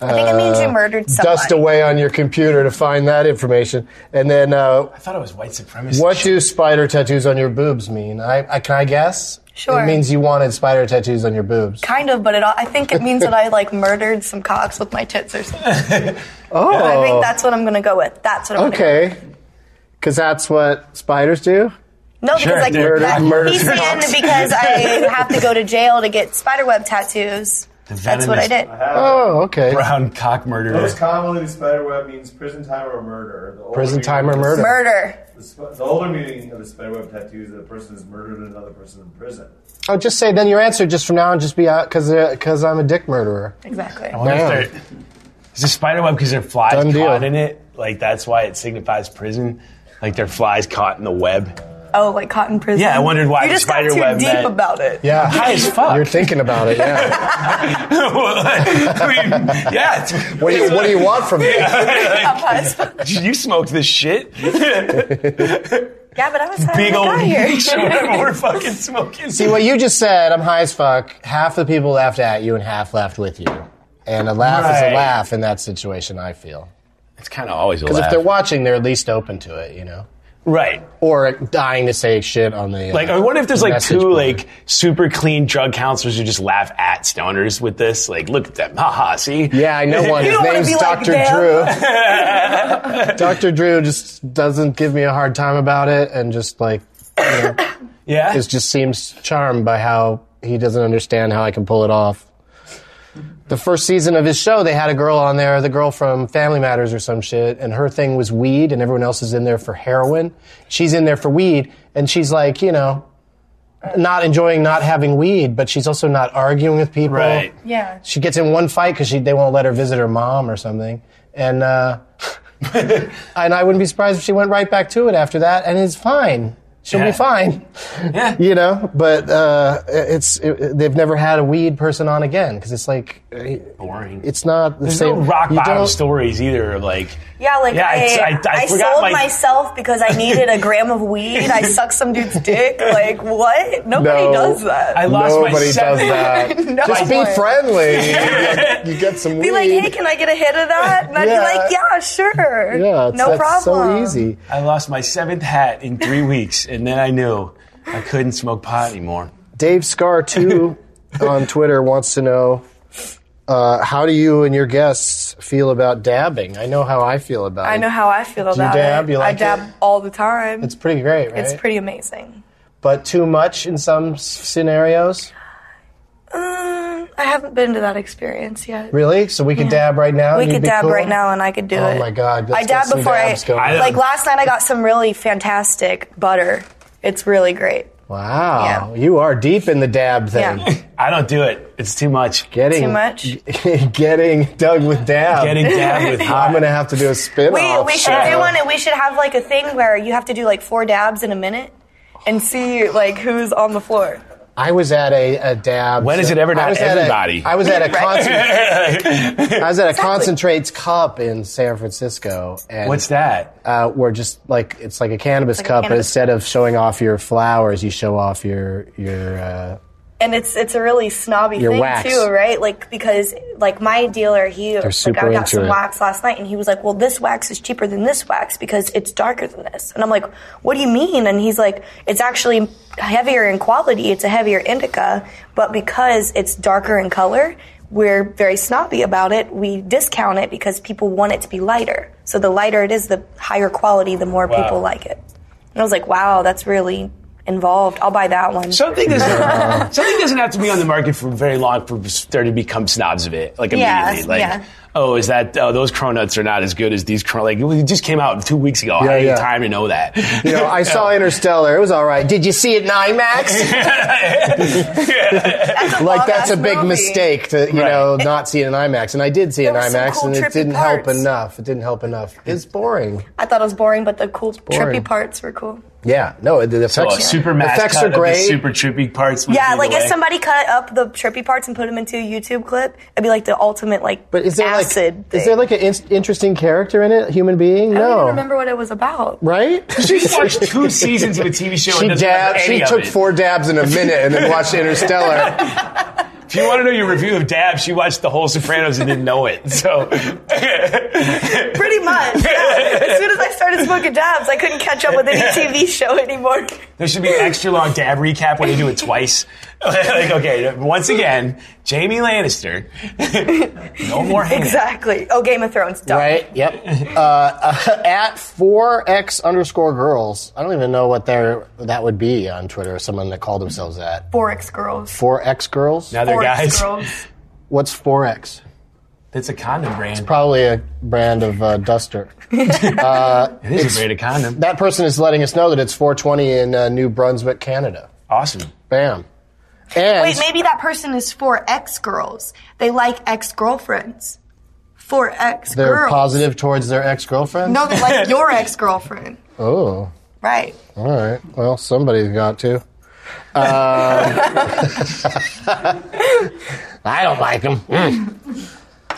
Speaker 1: Uh,
Speaker 3: I think it means you murdered somebody.
Speaker 1: Dust away on your computer to find that information, and then uh,
Speaker 2: I thought it was white supremacy.
Speaker 1: What do spider tattoos on your boobs mean? I, I can I guess?
Speaker 3: Sure.
Speaker 1: It means you wanted spider tattoos on your boobs.
Speaker 3: Kind of, but it, all- I think it means that I like murdered some cocks with my tits or something.
Speaker 1: Oh,
Speaker 3: I think that's what I'm gonna go with. That's what I'm gonna go
Speaker 1: okay. Because that's what spiders do.
Speaker 3: with. No,
Speaker 2: Sure,
Speaker 3: because like
Speaker 2: they're
Speaker 3: that,
Speaker 1: murdered
Speaker 3: he's saying
Speaker 1: cocks.
Speaker 3: because I have to go to jail to get spiderweb tattoos. That's what I did.
Speaker 1: Oh, okay.
Speaker 2: Brown cock murderer.
Speaker 4: Most commonly, spider web means prison time or murder. The older
Speaker 1: Prison
Speaker 4: meaning
Speaker 1: time
Speaker 4: of
Speaker 1: or murder.
Speaker 4: the-
Speaker 3: Murder.
Speaker 4: The, sp- the older meaning of the spider web tattoo is that a person has murdered another person in prison.
Speaker 1: Oh, just say then your answer just from now on just be out because because I'm a dick murderer.
Speaker 3: Exactly.
Speaker 2: I wonder if
Speaker 1: Wow.
Speaker 2: they're- Is a spider web because there are flies
Speaker 1: Done deal.
Speaker 2: caught in it? Like that's why it signifies prison. Like there are flies caught in the web.
Speaker 3: Oh, like cotton prison.
Speaker 2: Yeah, I wondered why
Speaker 3: you
Speaker 2: the
Speaker 3: just got
Speaker 2: spider
Speaker 3: too
Speaker 2: web
Speaker 3: deep
Speaker 2: meant-
Speaker 3: about it.
Speaker 1: Yeah.
Speaker 2: High as fuck.
Speaker 1: You're thinking about it. Yeah.
Speaker 2: I mean, yeah. it's-
Speaker 1: what do you What do you want from me?
Speaker 2: you smoked this shit.
Speaker 3: Yeah, but I was high
Speaker 2: Big
Speaker 3: when I
Speaker 2: old
Speaker 3: got here.
Speaker 2: weed. Whatever we're fucking smoking.
Speaker 1: See what you just said. I'm high as fuck. Half the people laughed at you, and half laughed with you. And a laugh is
Speaker 2: Right.
Speaker 1: a laugh in that situation. I feel
Speaker 2: It's kind of always a
Speaker 1: because
Speaker 2: laugh.
Speaker 1: if they're watching, they're at least open to it, you know,
Speaker 2: right.
Speaker 1: or dying to say shit on the. uh,
Speaker 2: Like, I wonder if there's like
Speaker 1: message
Speaker 2: two
Speaker 1: board.
Speaker 2: like super clean drug counselors who just laugh at stoners with this. Like, look at them, haha. See,
Speaker 1: Yeah, I know one.
Speaker 3: You
Speaker 1: His
Speaker 3: don't wanna
Speaker 1: name's
Speaker 3: be like
Speaker 1: Dr. Drew. Dr. Drew just doesn't give me a hard time about it and just like
Speaker 2: yeah.
Speaker 1: is just seems charmed by how he doesn't understand how I can pull it off. The first season of his show, they had a girl on there, the girl from Family Matters or some shit, and her thing was weed, and everyone else is in there for heroin. She's in there for weed, and she's like, you know, not enjoying not having weed, but she's also not arguing with people
Speaker 2: Right.
Speaker 3: Yeah.
Speaker 1: she gets in one fight because they won't let her visit her mom or something. And uh, and I wouldn't be surprised if she went right back to it after that, and it's fine. She'll
Speaker 2: Yeah.
Speaker 1: be fine,
Speaker 2: Yeah.
Speaker 1: you know. But uh, it's it, they've never had a weed person on again because it's like eh,
Speaker 2: Boring.
Speaker 1: it's not the
Speaker 2: There's
Speaker 1: same.
Speaker 2: no rock
Speaker 1: you
Speaker 2: bottom
Speaker 1: don't-
Speaker 2: stories either. of, Like,
Speaker 3: Yeah, like
Speaker 2: Yeah, it's-
Speaker 3: I,
Speaker 2: I-
Speaker 3: I,
Speaker 2: I forgot
Speaker 3: sold
Speaker 2: my-
Speaker 3: myself because I needed a gram of weed. I sucked some dude's dick. Like what? Nobody
Speaker 1: No.
Speaker 3: does that.
Speaker 2: I lost my
Speaker 1: Nobody does
Speaker 2: seven-
Speaker 1: that.
Speaker 3: No
Speaker 1: Just be
Speaker 3: one.
Speaker 1: friendly. you get some weed.
Speaker 3: be like, hey, can I get a hit of that? And I'd
Speaker 1: Yeah.
Speaker 3: be like, yeah, sure.
Speaker 1: yeah, it's,
Speaker 3: no
Speaker 1: that's
Speaker 3: problem.
Speaker 1: so easy.
Speaker 2: I lost my seventh hat in three weeks, and then I knew I couldn't smoke pot anymore.
Speaker 1: Dave Scar too on Twitter wants to know uh, how do you and your guests feel about dabbing? I know how I feel about it.
Speaker 3: I know how I feel about
Speaker 1: dab?
Speaker 3: it.
Speaker 1: You like
Speaker 3: I dab
Speaker 1: it?
Speaker 3: all the time.
Speaker 1: It's pretty great, right?
Speaker 3: It's pretty amazing.
Speaker 1: but too much in some s- scenarios.
Speaker 3: Um, I haven't been to that experience yet.
Speaker 1: Really? So we could dab right now.
Speaker 3: We
Speaker 1: and you'd
Speaker 3: could
Speaker 1: be
Speaker 3: dab
Speaker 1: cool?
Speaker 3: right now, and I could do
Speaker 1: Oh
Speaker 3: it.
Speaker 1: my God, let's
Speaker 3: I
Speaker 1: get
Speaker 3: dab
Speaker 1: some
Speaker 3: before I,
Speaker 1: dabs going. I-
Speaker 3: like last night. I got some really fantastic butter. It's really great.
Speaker 1: Wow,
Speaker 3: Yeah.
Speaker 1: you are deep in the dab thing.
Speaker 3: Yeah.
Speaker 2: I don't do it. It's too much.
Speaker 1: Getting
Speaker 3: Too much?
Speaker 1: getting dug with dab.
Speaker 2: Getting dabbed with
Speaker 1: I'm
Speaker 2: pot.
Speaker 1: gonna have to do a spin
Speaker 3: We,
Speaker 1: off.
Speaker 3: we should do one, and we should have like a thing where you have to do like four dabs in a minute and see like who's on the floor.
Speaker 1: I was at a, a dab.
Speaker 2: When is it ever
Speaker 1: I
Speaker 2: not
Speaker 1: was at a-
Speaker 2: everybody?
Speaker 1: I was at a concert. I was at a
Speaker 3: Exactly.
Speaker 1: concentrates cup in San Francisco, and
Speaker 2: What's that?
Speaker 1: Uh, where just like it's like a cannabis
Speaker 3: Like a
Speaker 1: cup, but
Speaker 3: cannabis-
Speaker 1: instead of showing off your flowers, you show off your your. Uh,
Speaker 3: And it's it's a really snobby
Speaker 1: Your
Speaker 3: thing
Speaker 1: wax.
Speaker 3: too, right? Like because like my dealer, he like
Speaker 1: super
Speaker 3: I
Speaker 1: into
Speaker 3: got some
Speaker 1: it.
Speaker 3: wax last night, and he was like, "Well, this wax is cheaper than this wax because it's darker than this." And I'm like, "What do you mean?" And he's like, "It's actually heavier in quality. It's a heavier indica, but because it's darker in color." We're very snobby about it. We discount it because people want it to be lighter. So the lighter it is, the higher quality, the more
Speaker 2: Wow.
Speaker 3: people like it. And I was like, wow, that's really involved. I'll buy that one.
Speaker 2: Something doesn't, something doesn't have to be on the market for very long for there to become snobs of it, like
Speaker 3: Yeah,
Speaker 2: immediately. Like,
Speaker 3: yeah.
Speaker 2: oh, is that, oh, those cronuts are not as good as these cronuts. Like, it just came out two weeks ago.
Speaker 1: Yeah,
Speaker 2: I didn't have
Speaker 1: yeah.
Speaker 2: time to know that.
Speaker 1: you know, I saw Interstellar. It was all right. Did you see it in IMAX? like that's a big
Speaker 3: movie.
Speaker 1: mistake to you
Speaker 2: Right.
Speaker 1: know not see it in IMAX, and I did see it in
Speaker 3: There were some
Speaker 1: IMAX,
Speaker 3: cool
Speaker 1: and it
Speaker 3: trippy
Speaker 1: didn't help
Speaker 3: parts.
Speaker 1: enough. It didn't help enough. It's boring.
Speaker 3: I thought it was boring, but the cool
Speaker 1: boring.
Speaker 3: trippy parts were cool.
Speaker 1: Yeah, no, the effects,
Speaker 2: So, a super mass
Speaker 1: effects
Speaker 2: cut
Speaker 1: are
Speaker 2: of the
Speaker 1: great.
Speaker 2: super trippy parts. would
Speaker 3: Yeah,
Speaker 2: be
Speaker 3: like
Speaker 2: the
Speaker 3: if
Speaker 2: way.
Speaker 3: somebody cut up the trippy parts and put them into a YouTube clip, it'd be like the ultimate like
Speaker 1: But is there
Speaker 3: acid.
Speaker 1: like
Speaker 3: thing.
Speaker 1: is there like an in- interesting character in it? Human being? no.
Speaker 3: I don't even remember what it was about.
Speaker 1: Right?
Speaker 2: She's watched two seasons of a TV show.
Speaker 1: she
Speaker 2: and doesn't
Speaker 1: dabbed.
Speaker 2: remember
Speaker 1: She
Speaker 2: any of
Speaker 1: took
Speaker 2: it.
Speaker 1: four dabs in a minute and then watched Interstellar.
Speaker 2: If you want to know your review of Dab, she watched the whole Sopranos and didn't know it. So
Speaker 3: Pretty much. yeah. as soon as I started smoking dabs, I couldn't catch up with any TV show anymore.
Speaker 2: there should be an extra long Dab recap when you do it twice. like, okay, once again, Jamie Lannister. no more hanging.
Speaker 3: exactly. Oh, Game of Thrones. Done.
Speaker 1: right? Yep. Uh, at four x underscore girls. I don't even know what their that would be on Twitter. Someone that called themselves that
Speaker 3: Forex girls.
Speaker 1: four x girls.
Speaker 2: Other guys.
Speaker 3: girls.
Speaker 1: What's four x?
Speaker 2: That's a condom brand.
Speaker 1: Probably a brand of uh, duster.
Speaker 2: It is a brand of condom.
Speaker 1: That person is letting us know that it's 420 in uh, New Brunswick, Canada.
Speaker 2: Awesome.
Speaker 1: Bam. And
Speaker 3: Wait, maybe that person is for ex girls. They like ex girlfriends. For ex
Speaker 1: they're
Speaker 3: girls.
Speaker 1: positive towards their ex girlfriend.
Speaker 3: No, they like your ex girlfriend.
Speaker 1: Oh.
Speaker 3: Right.
Speaker 1: All right. Well, somebody's got to. Um, I don't like them.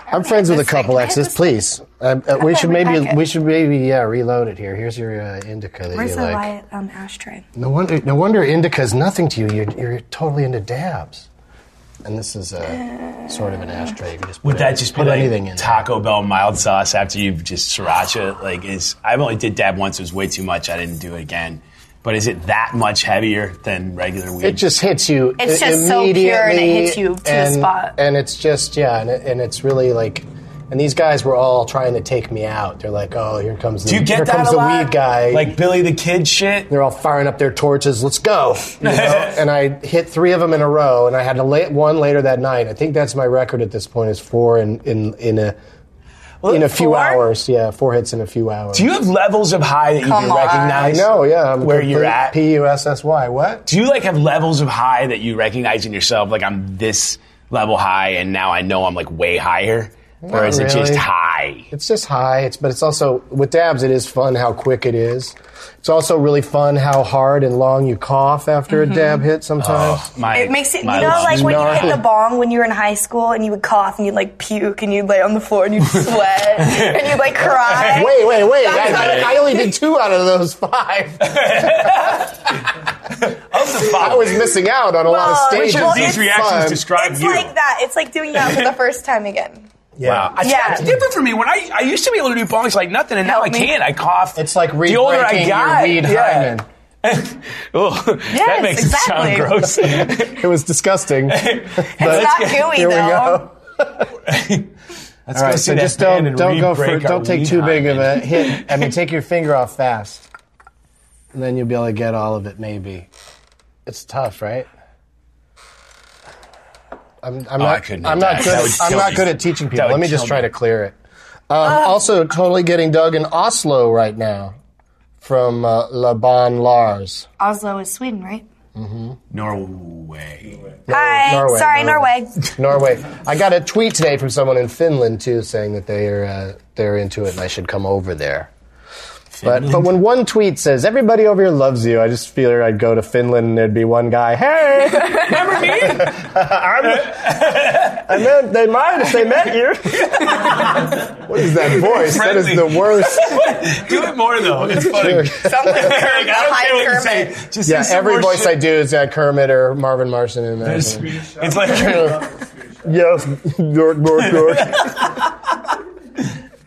Speaker 1: I'm friends with a
Speaker 3: this thing.
Speaker 1: couple
Speaker 3: Can I have
Speaker 1: exes.
Speaker 3: this thing?
Speaker 1: Please, um, uh, we
Speaker 3: Okay,
Speaker 1: should maybe
Speaker 3: repack it.
Speaker 1: we should maybe yeah reload it here. Here's your uh, indica that
Speaker 3: Where's
Speaker 1: you
Speaker 3: the
Speaker 1: like.
Speaker 3: light um, ashtray?
Speaker 1: No wonder no wonder indica is nothing to you. You're, you're totally into dabs. And this is a sort of an ashtray. You can just
Speaker 2: Would
Speaker 1: put
Speaker 2: that
Speaker 1: any-
Speaker 2: just be
Speaker 1: put
Speaker 2: like
Speaker 1: anything in?
Speaker 2: Taco Bell mild sauce after you've just sriracha? Like, is I've only did dab once. It was way too much. I didn't do it again. But is it that much heavier than regular weed?
Speaker 1: It just hits you.
Speaker 3: It's
Speaker 1: i-
Speaker 3: just so pure and it
Speaker 1: immediately,
Speaker 3: hits you to the
Speaker 1: and-
Speaker 3: spot.
Speaker 1: And it's just yeah, and, it, and it's really like. And these guys were all trying to take me out. They're like, "Oh, here comes the
Speaker 2: do you
Speaker 1: here
Speaker 2: get that
Speaker 1: comes
Speaker 2: a
Speaker 1: the
Speaker 2: lot?
Speaker 1: weed guy."
Speaker 2: like Billy the Kid shit.
Speaker 1: they're all firing up their torches. Let's go! you know? and I hit three of them in a row, and I had to lay one later that night. I think that's my record at this point is four in in, in a in a few
Speaker 3: four?
Speaker 1: hours. Yeah, four hits in a few hours.
Speaker 2: Do you have levels of high that you
Speaker 3: Come
Speaker 2: can
Speaker 3: on.
Speaker 1: I
Speaker 2: recognize?
Speaker 1: know. Yeah, I'm
Speaker 2: where you're
Speaker 1: complete
Speaker 2: at.
Speaker 1: P U S S Y. What?
Speaker 2: Do you like have levels of high that you recognize in yourself? Like I'm this level high, and now I know I'm like way higher, or
Speaker 1: Not
Speaker 2: is it just
Speaker 1: really.
Speaker 2: high?
Speaker 1: It's just high. It's but it's also with dabs. It is fun how quick it is. It's also really fun how hard and long you cough after
Speaker 2: Mm-hmm.
Speaker 1: a dab hit. Sometimes.
Speaker 2: Oh, My,
Speaker 3: It makes it, you
Speaker 2: my
Speaker 3: know, like when you hit
Speaker 1: gnarly.
Speaker 3: the bong when you were in high school and you would cough and you'd like puke and you'd lay on the floor and you'd sweat and you'd like cry.
Speaker 1: Wait, wait, wait! I,
Speaker 3: That's
Speaker 1: I- I only did two out of those five.
Speaker 2: Oh.
Speaker 1: I was missing out on a lot of
Speaker 3: Well,
Speaker 1: stages.
Speaker 3: which of these
Speaker 1: It's
Speaker 2: reactions
Speaker 1: fun.
Speaker 2: describe
Speaker 3: It's
Speaker 2: you?
Speaker 3: like that. It's like doing that for the first time again.
Speaker 2: Wow. It's,
Speaker 3: Yeah.
Speaker 2: it's different for me. When I, I used to be able to do bongs like nothing, and now I
Speaker 3: Help me.
Speaker 2: can't. I cough.
Speaker 1: It's like
Speaker 2: the older I
Speaker 1: re-breaking
Speaker 2: got.
Speaker 1: your weed
Speaker 2: yeah.
Speaker 1: hymen.
Speaker 2: Ugh, that
Speaker 3: Yes,
Speaker 2: makes
Speaker 3: exactly.
Speaker 2: it sound gross.
Speaker 1: It was disgusting.
Speaker 3: It's not gooey
Speaker 1: Here we
Speaker 3: though.
Speaker 1: go.
Speaker 2: Let's
Speaker 1: All
Speaker 2: go
Speaker 1: right,
Speaker 2: see
Speaker 1: so
Speaker 2: that
Speaker 1: just
Speaker 2: band
Speaker 1: don't
Speaker 2: and
Speaker 1: don't go for
Speaker 2: re-break our
Speaker 1: don't take
Speaker 2: weed
Speaker 1: too big of
Speaker 2: hymen.
Speaker 1: a hit. I mean, take your finger off fast, and then you'll be able to get all of it. Maybe it's tough, right? I'm, I'm
Speaker 2: Oh, I
Speaker 1: not.
Speaker 2: couldn't
Speaker 1: I'm
Speaker 2: do
Speaker 1: not
Speaker 2: that.
Speaker 1: good.
Speaker 2: That
Speaker 1: At,
Speaker 2: would
Speaker 1: I'm
Speaker 2: kill
Speaker 1: not
Speaker 2: me.
Speaker 1: good at teaching people.
Speaker 2: That would
Speaker 1: Let me just
Speaker 2: kill
Speaker 1: try
Speaker 2: me.
Speaker 1: to clear it. Um, also, totally getting dug in Oslo right now from uh, Laban Lars.
Speaker 3: Oslo is Sweden, right?
Speaker 2: Norway.
Speaker 3: Hi.
Speaker 1: Norway,
Speaker 3: Sorry,
Speaker 1: Norway.
Speaker 3: Norway.
Speaker 1: Norway. I got a tweet today from someone in Finland too, saying that they are uh, they're into it and I should come over there. But but when one tweet says everybody over here loves you, I just feel I'd go to Finland and there'd be one guy. Hey,
Speaker 2: Remember me?
Speaker 1: I meant they might if they met you. what is that voice? That is the
Speaker 2: Friendly.
Speaker 1: worst.
Speaker 2: do it more though. It's funny.
Speaker 1: Sure.
Speaker 2: Something like, I don't
Speaker 3: Hi,
Speaker 2: care what you
Speaker 3: Kermit.
Speaker 2: say. Just do
Speaker 1: Yeah,
Speaker 2: some
Speaker 1: every
Speaker 2: more
Speaker 1: voice
Speaker 2: shit.
Speaker 1: I do is uh, Kermit or Marvin Marson. And uh,
Speaker 2: It's, it's like
Speaker 1: yes, York, York, York.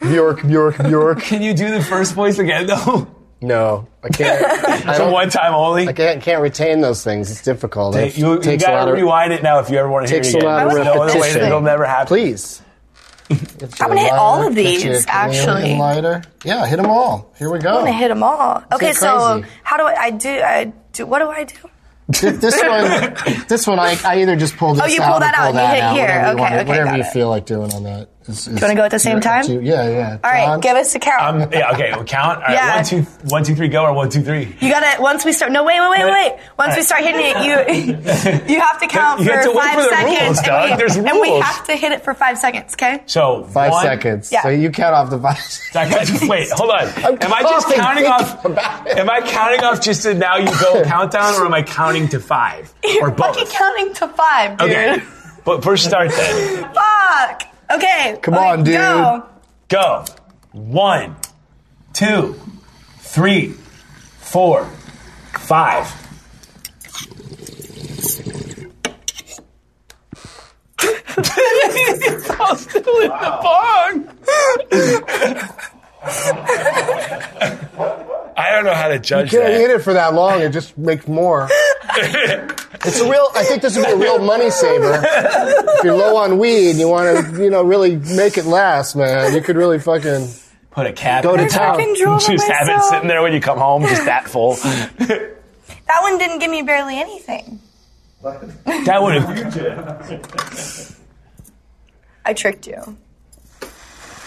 Speaker 1: York, York, York.
Speaker 2: Can you do the first voice again though?
Speaker 1: No, I can't. I
Speaker 2: So
Speaker 1: don't-
Speaker 2: one time only.
Speaker 1: I can't, can't retain those things. It's difficult.
Speaker 2: Hey,
Speaker 1: It
Speaker 2: you, you
Speaker 1: takes a lot
Speaker 2: gotta
Speaker 1: of
Speaker 2: rewind it now if you ever want to hear it
Speaker 1: takes a
Speaker 2: again.
Speaker 1: lot of
Speaker 2: There's no other way
Speaker 1: repetition.
Speaker 2: that it'll never happen.
Speaker 1: Please. Get
Speaker 3: I'm
Speaker 1: you a
Speaker 3: gonna hit all
Speaker 1: lighter,
Speaker 3: of
Speaker 1: get
Speaker 3: these,
Speaker 1: you a chameleon
Speaker 3: actually.
Speaker 1: Lighter. Yeah, hit them all. Here we go.
Speaker 3: I'm gonna hit them all. Okay, so
Speaker 1: Oh. crazy.
Speaker 3: how do I, I do? I do. What do I do?
Speaker 1: Th- this one, this one, I, I either just pulled this
Speaker 3: Oh, you
Speaker 1: out
Speaker 3: pull that
Speaker 1: or
Speaker 3: out
Speaker 1: pull
Speaker 3: and
Speaker 1: that
Speaker 3: you hit
Speaker 1: out,
Speaker 3: here.
Speaker 1: Whatever you,
Speaker 3: Okay,
Speaker 1: want to-
Speaker 3: okay,
Speaker 1: whatever
Speaker 3: got
Speaker 1: you
Speaker 3: it.
Speaker 1: feel like doing on that. Is, is, do you
Speaker 3: wanna go at the same time?
Speaker 1: Yeah, yeah.
Speaker 3: All right,
Speaker 1: John?
Speaker 3: give us a count.
Speaker 2: Um, yeah, okay, we'll count. All right,
Speaker 3: Yeah.
Speaker 2: one, two, one, two, three, go, or one, two, three.
Speaker 3: You gotta once we start. No, wait, wait, wait, wait. Once we
Speaker 2: Alright.
Speaker 3: start hitting it, you you have to count
Speaker 2: You
Speaker 3: for
Speaker 2: have to wait
Speaker 3: five
Speaker 2: for the
Speaker 3: seconds,
Speaker 2: rules,
Speaker 3: and,
Speaker 2: dog.
Speaker 3: we,
Speaker 2: There's
Speaker 3: and we
Speaker 2: rules.
Speaker 3: have to hit it for five seconds. Okay.
Speaker 2: So
Speaker 1: Five
Speaker 2: one-
Speaker 1: seconds.
Speaker 3: Yeah.
Speaker 1: So you count off the five.
Speaker 2: That guy- wait, hold on.
Speaker 1: I'm
Speaker 2: am I just
Speaker 1: coughing,
Speaker 2: counting
Speaker 1: thinking
Speaker 2: off?
Speaker 1: about it.
Speaker 2: Am I counting off just a now you go countdown, or am I counting to five, or
Speaker 3: You're fucking
Speaker 2: both?
Speaker 3: counting to five, dude.
Speaker 2: Okay, but first start then.
Speaker 3: Fuck. Okay.
Speaker 1: Come
Speaker 3: all right,
Speaker 1: on, dude.
Speaker 3: Go.
Speaker 2: Go. One, two, three, four, five. it's all still in the bong. I don't know how to judge
Speaker 1: Can't
Speaker 2: that.
Speaker 1: hit it for that long. It just makes more. It's a real. I think this would be a real money saver. If you're low on weed and you want to, you know, really make it last, man, you could really fucking.
Speaker 2: Put a cap.
Speaker 1: Go
Speaker 2: in
Speaker 1: to
Speaker 2: it.
Speaker 1: town.
Speaker 3: Fucking drove
Speaker 2: Just have it
Speaker 3: myself.
Speaker 2: sitting there when you come home, just that full.
Speaker 3: That one didn't give me barely anything.
Speaker 2: that would have.
Speaker 3: I tricked you.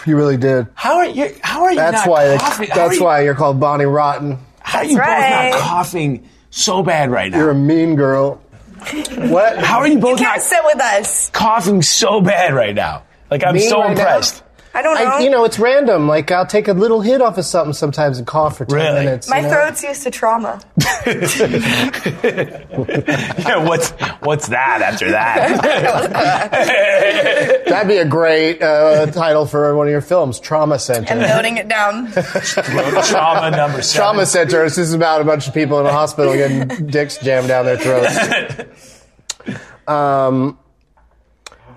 Speaker 1: You really did.
Speaker 2: How are you? How are you?
Speaker 1: That's
Speaker 2: not
Speaker 1: why.
Speaker 2: coughing? How are
Speaker 1: that's
Speaker 2: you-
Speaker 1: why you're called Bonnie Rotten.
Speaker 2: How are you
Speaker 3: right.
Speaker 2: both not coughing so bad right now?
Speaker 1: You're a mean girl. What?
Speaker 2: How are you both
Speaker 3: Can't
Speaker 2: not
Speaker 3: sit with us.
Speaker 2: coughing so bad right now? Like I'm
Speaker 1: Me
Speaker 2: so
Speaker 1: right now?
Speaker 2: impressed.
Speaker 3: I don't know.
Speaker 1: I, you know, it's random. Like I'll take a little hit off of something sometimes and cough for ten
Speaker 2: Really?
Speaker 1: minutes.
Speaker 3: My
Speaker 1: you know?
Speaker 3: throat's used to trauma.
Speaker 2: Yeah, what's what's that after that?
Speaker 1: That'd be a great uh, title for one of your films, Trauma Center.
Speaker 3: I'm noting it down.
Speaker 2: Trauma number seven.
Speaker 1: Trauma centers. This is about a bunch of people in a hospital getting dicks jammed down their throats.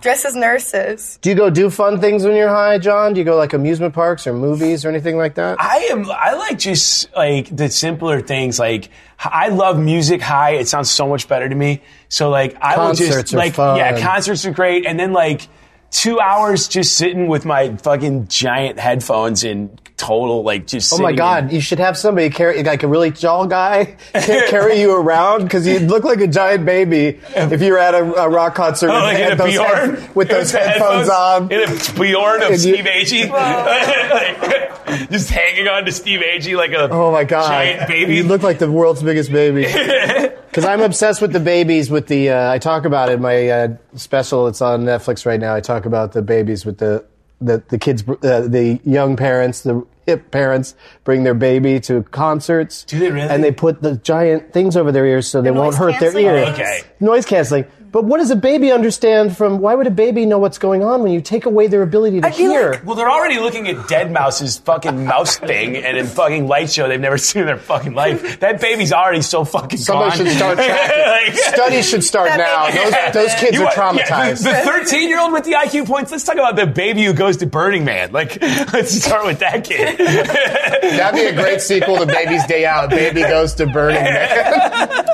Speaker 3: Dress as nurses.
Speaker 1: Do you go do fun things when you're high, John? Do you go like amusement parks or movies or anything like that?
Speaker 2: I am. I like just like the simpler things. Like h- I love music high. It sounds so much better to me. So like I will
Speaker 1: Concerts
Speaker 2: just
Speaker 1: are
Speaker 2: like yeah,
Speaker 1: fun.
Speaker 2: concerts are great. And then like two hours just sitting with my fucking giant headphones in total like just.
Speaker 1: Oh my
Speaker 2: sitting
Speaker 1: God! You should have somebody carry, like a really tall guy, can't carry you around because you'd look like a giant baby if you were at a, a rock concert
Speaker 2: Oh,
Speaker 1: with,
Speaker 2: like
Speaker 1: head-
Speaker 2: in a
Speaker 1: those,
Speaker 2: Bjorn
Speaker 1: head- with those headphones, on.
Speaker 2: in a Bjorn of
Speaker 1: And you-
Speaker 2: Steve Agee, Like, just hanging on to Steve Agee like a
Speaker 1: Oh my God!
Speaker 2: giant baby.
Speaker 1: You look like the world's biggest baby. Because I'm obsessed with the babies. With the uh, I talk about it in my uh, special. It's on Netflix right now. I talk about the babies with the the the kids, uh, the young parents, the hip parents bring their baby to concerts. Do
Speaker 2: they really?
Speaker 1: And they put the giant things over their ears so they won't hurt their
Speaker 3: noise-canceling
Speaker 1: ears.
Speaker 3: things.
Speaker 2: Okay.
Speaker 1: Noise canceling. But what does a baby understand from? Why would a baby know what's going on when you take away their ability to
Speaker 3: I'd be like,
Speaker 1: hear?
Speaker 2: Well, they're already looking at Dead Mouse's fucking mouse thing and a fucking light show they've never seen in their fucking life. That baby's already so fucking
Speaker 1: Somebody
Speaker 2: gone.
Speaker 1: should start tracking.
Speaker 2: Like-
Speaker 1: Studies should start
Speaker 3: That
Speaker 1: now.
Speaker 3: baby-
Speaker 1: Those, those kids
Speaker 2: You
Speaker 1: are
Speaker 2: are-
Speaker 1: traumatized.
Speaker 2: yeah, the- the 13 year old with the IQ points. Let's talk about the baby who goes to Burning Man. Like, let's start with that kid.
Speaker 1: That'd be a great sequel to Baby's Day Out. Baby goes to Burning Man.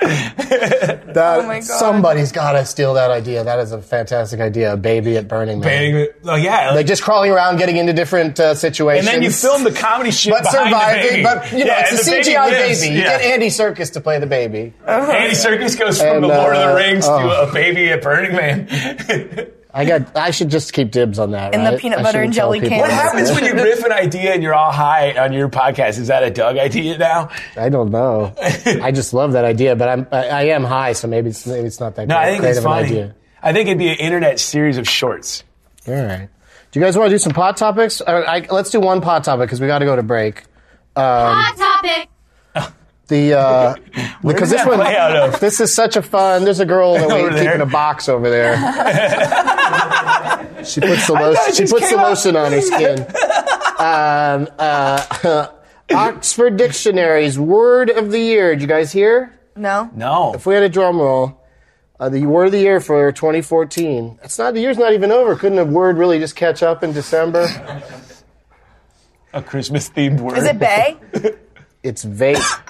Speaker 1: That-
Speaker 3: Oh my God.
Speaker 1: Somebody's got to steal that idea. That is a fantastic idea. A baby at Burning Man.
Speaker 2: Oh, yeah.
Speaker 1: Like just crawling around, getting into different uh, situations.
Speaker 2: and then you film the comedy shit.
Speaker 1: But
Speaker 2: behind the
Speaker 1: surviving,
Speaker 2: baby.
Speaker 1: but you know,
Speaker 2: Yeah,
Speaker 1: it's a
Speaker 2: and the
Speaker 1: CGI baby.
Speaker 2: lives.
Speaker 1: You
Speaker 2: Yeah.
Speaker 1: get Andy Circus to play the baby.
Speaker 2: Andy Circus goes from
Speaker 1: And,
Speaker 2: the Lord of
Speaker 1: uh,
Speaker 2: the Rings
Speaker 1: oh.
Speaker 2: to a baby at Burning Man.
Speaker 1: I got. I should just keep dibs on that.
Speaker 3: And the
Speaker 1: right?
Speaker 3: peanut
Speaker 1: I
Speaker 3: butter
Speaker 1: shouldn't
Speaker 3: and
Speaker 1: tell
Speaker 3: jelly
Speaker 1: people
Speaker 3: cans.
Speaker 2: What
Speaker 1: that.
Speaker 2: happens when you riff an idea and you're all high on your podcast? Is that a Doug idea now?
Speaker 1: I don't know. I just love that idea, but I'm. I, I am high, so maybe it's maybe it's not that
Speaker 2: No,
Speaker 1: great,
Speaker 2: I think
Speaker 1: great
Speaker 2: it's
Speaker 1: of an
Speaker 2: funny.
Speaker 1: idea.
Speaker 2: I think it'd be an internet series of shorts.
Speaker 1: All right. Do you guys want to do some pot topics? I, I, let's do one pot topic because we got to go to break. Um,
Speaker 10: Hot topic.
Speaker 1: The uh, because
Speaker 2: did
Speaker 1: this
Speaker 2: that
Speaker 1: one,
Speaker 2: play out of?
Speaker 1: this is such a fun. There's a girl that we
Speaker 2: Over there.
Speaker 1: keep in a box over there. she puts the
Speaker 2: thought
Speaker 1: lotion.
Speaker 2: it
Speaker 1: She
Speaker 2: just
Speaker 1: puts the
Speaker 2: came out.
Speaker 1: lotion on her skin. um, uh, Oxford Dictionary's word of the year. Did you guys hear?
Speaker 3: No.
Speaker 2: No.
Speaker 1: If we had a drum roll, uh, the word of the year for 2014. It's not the year's not even over. Couldn't a word really just catch up in December?
Speaker 2: A Christmas themed word.
Speaker 3: Is it Bay?
Speaker 1: It's vape.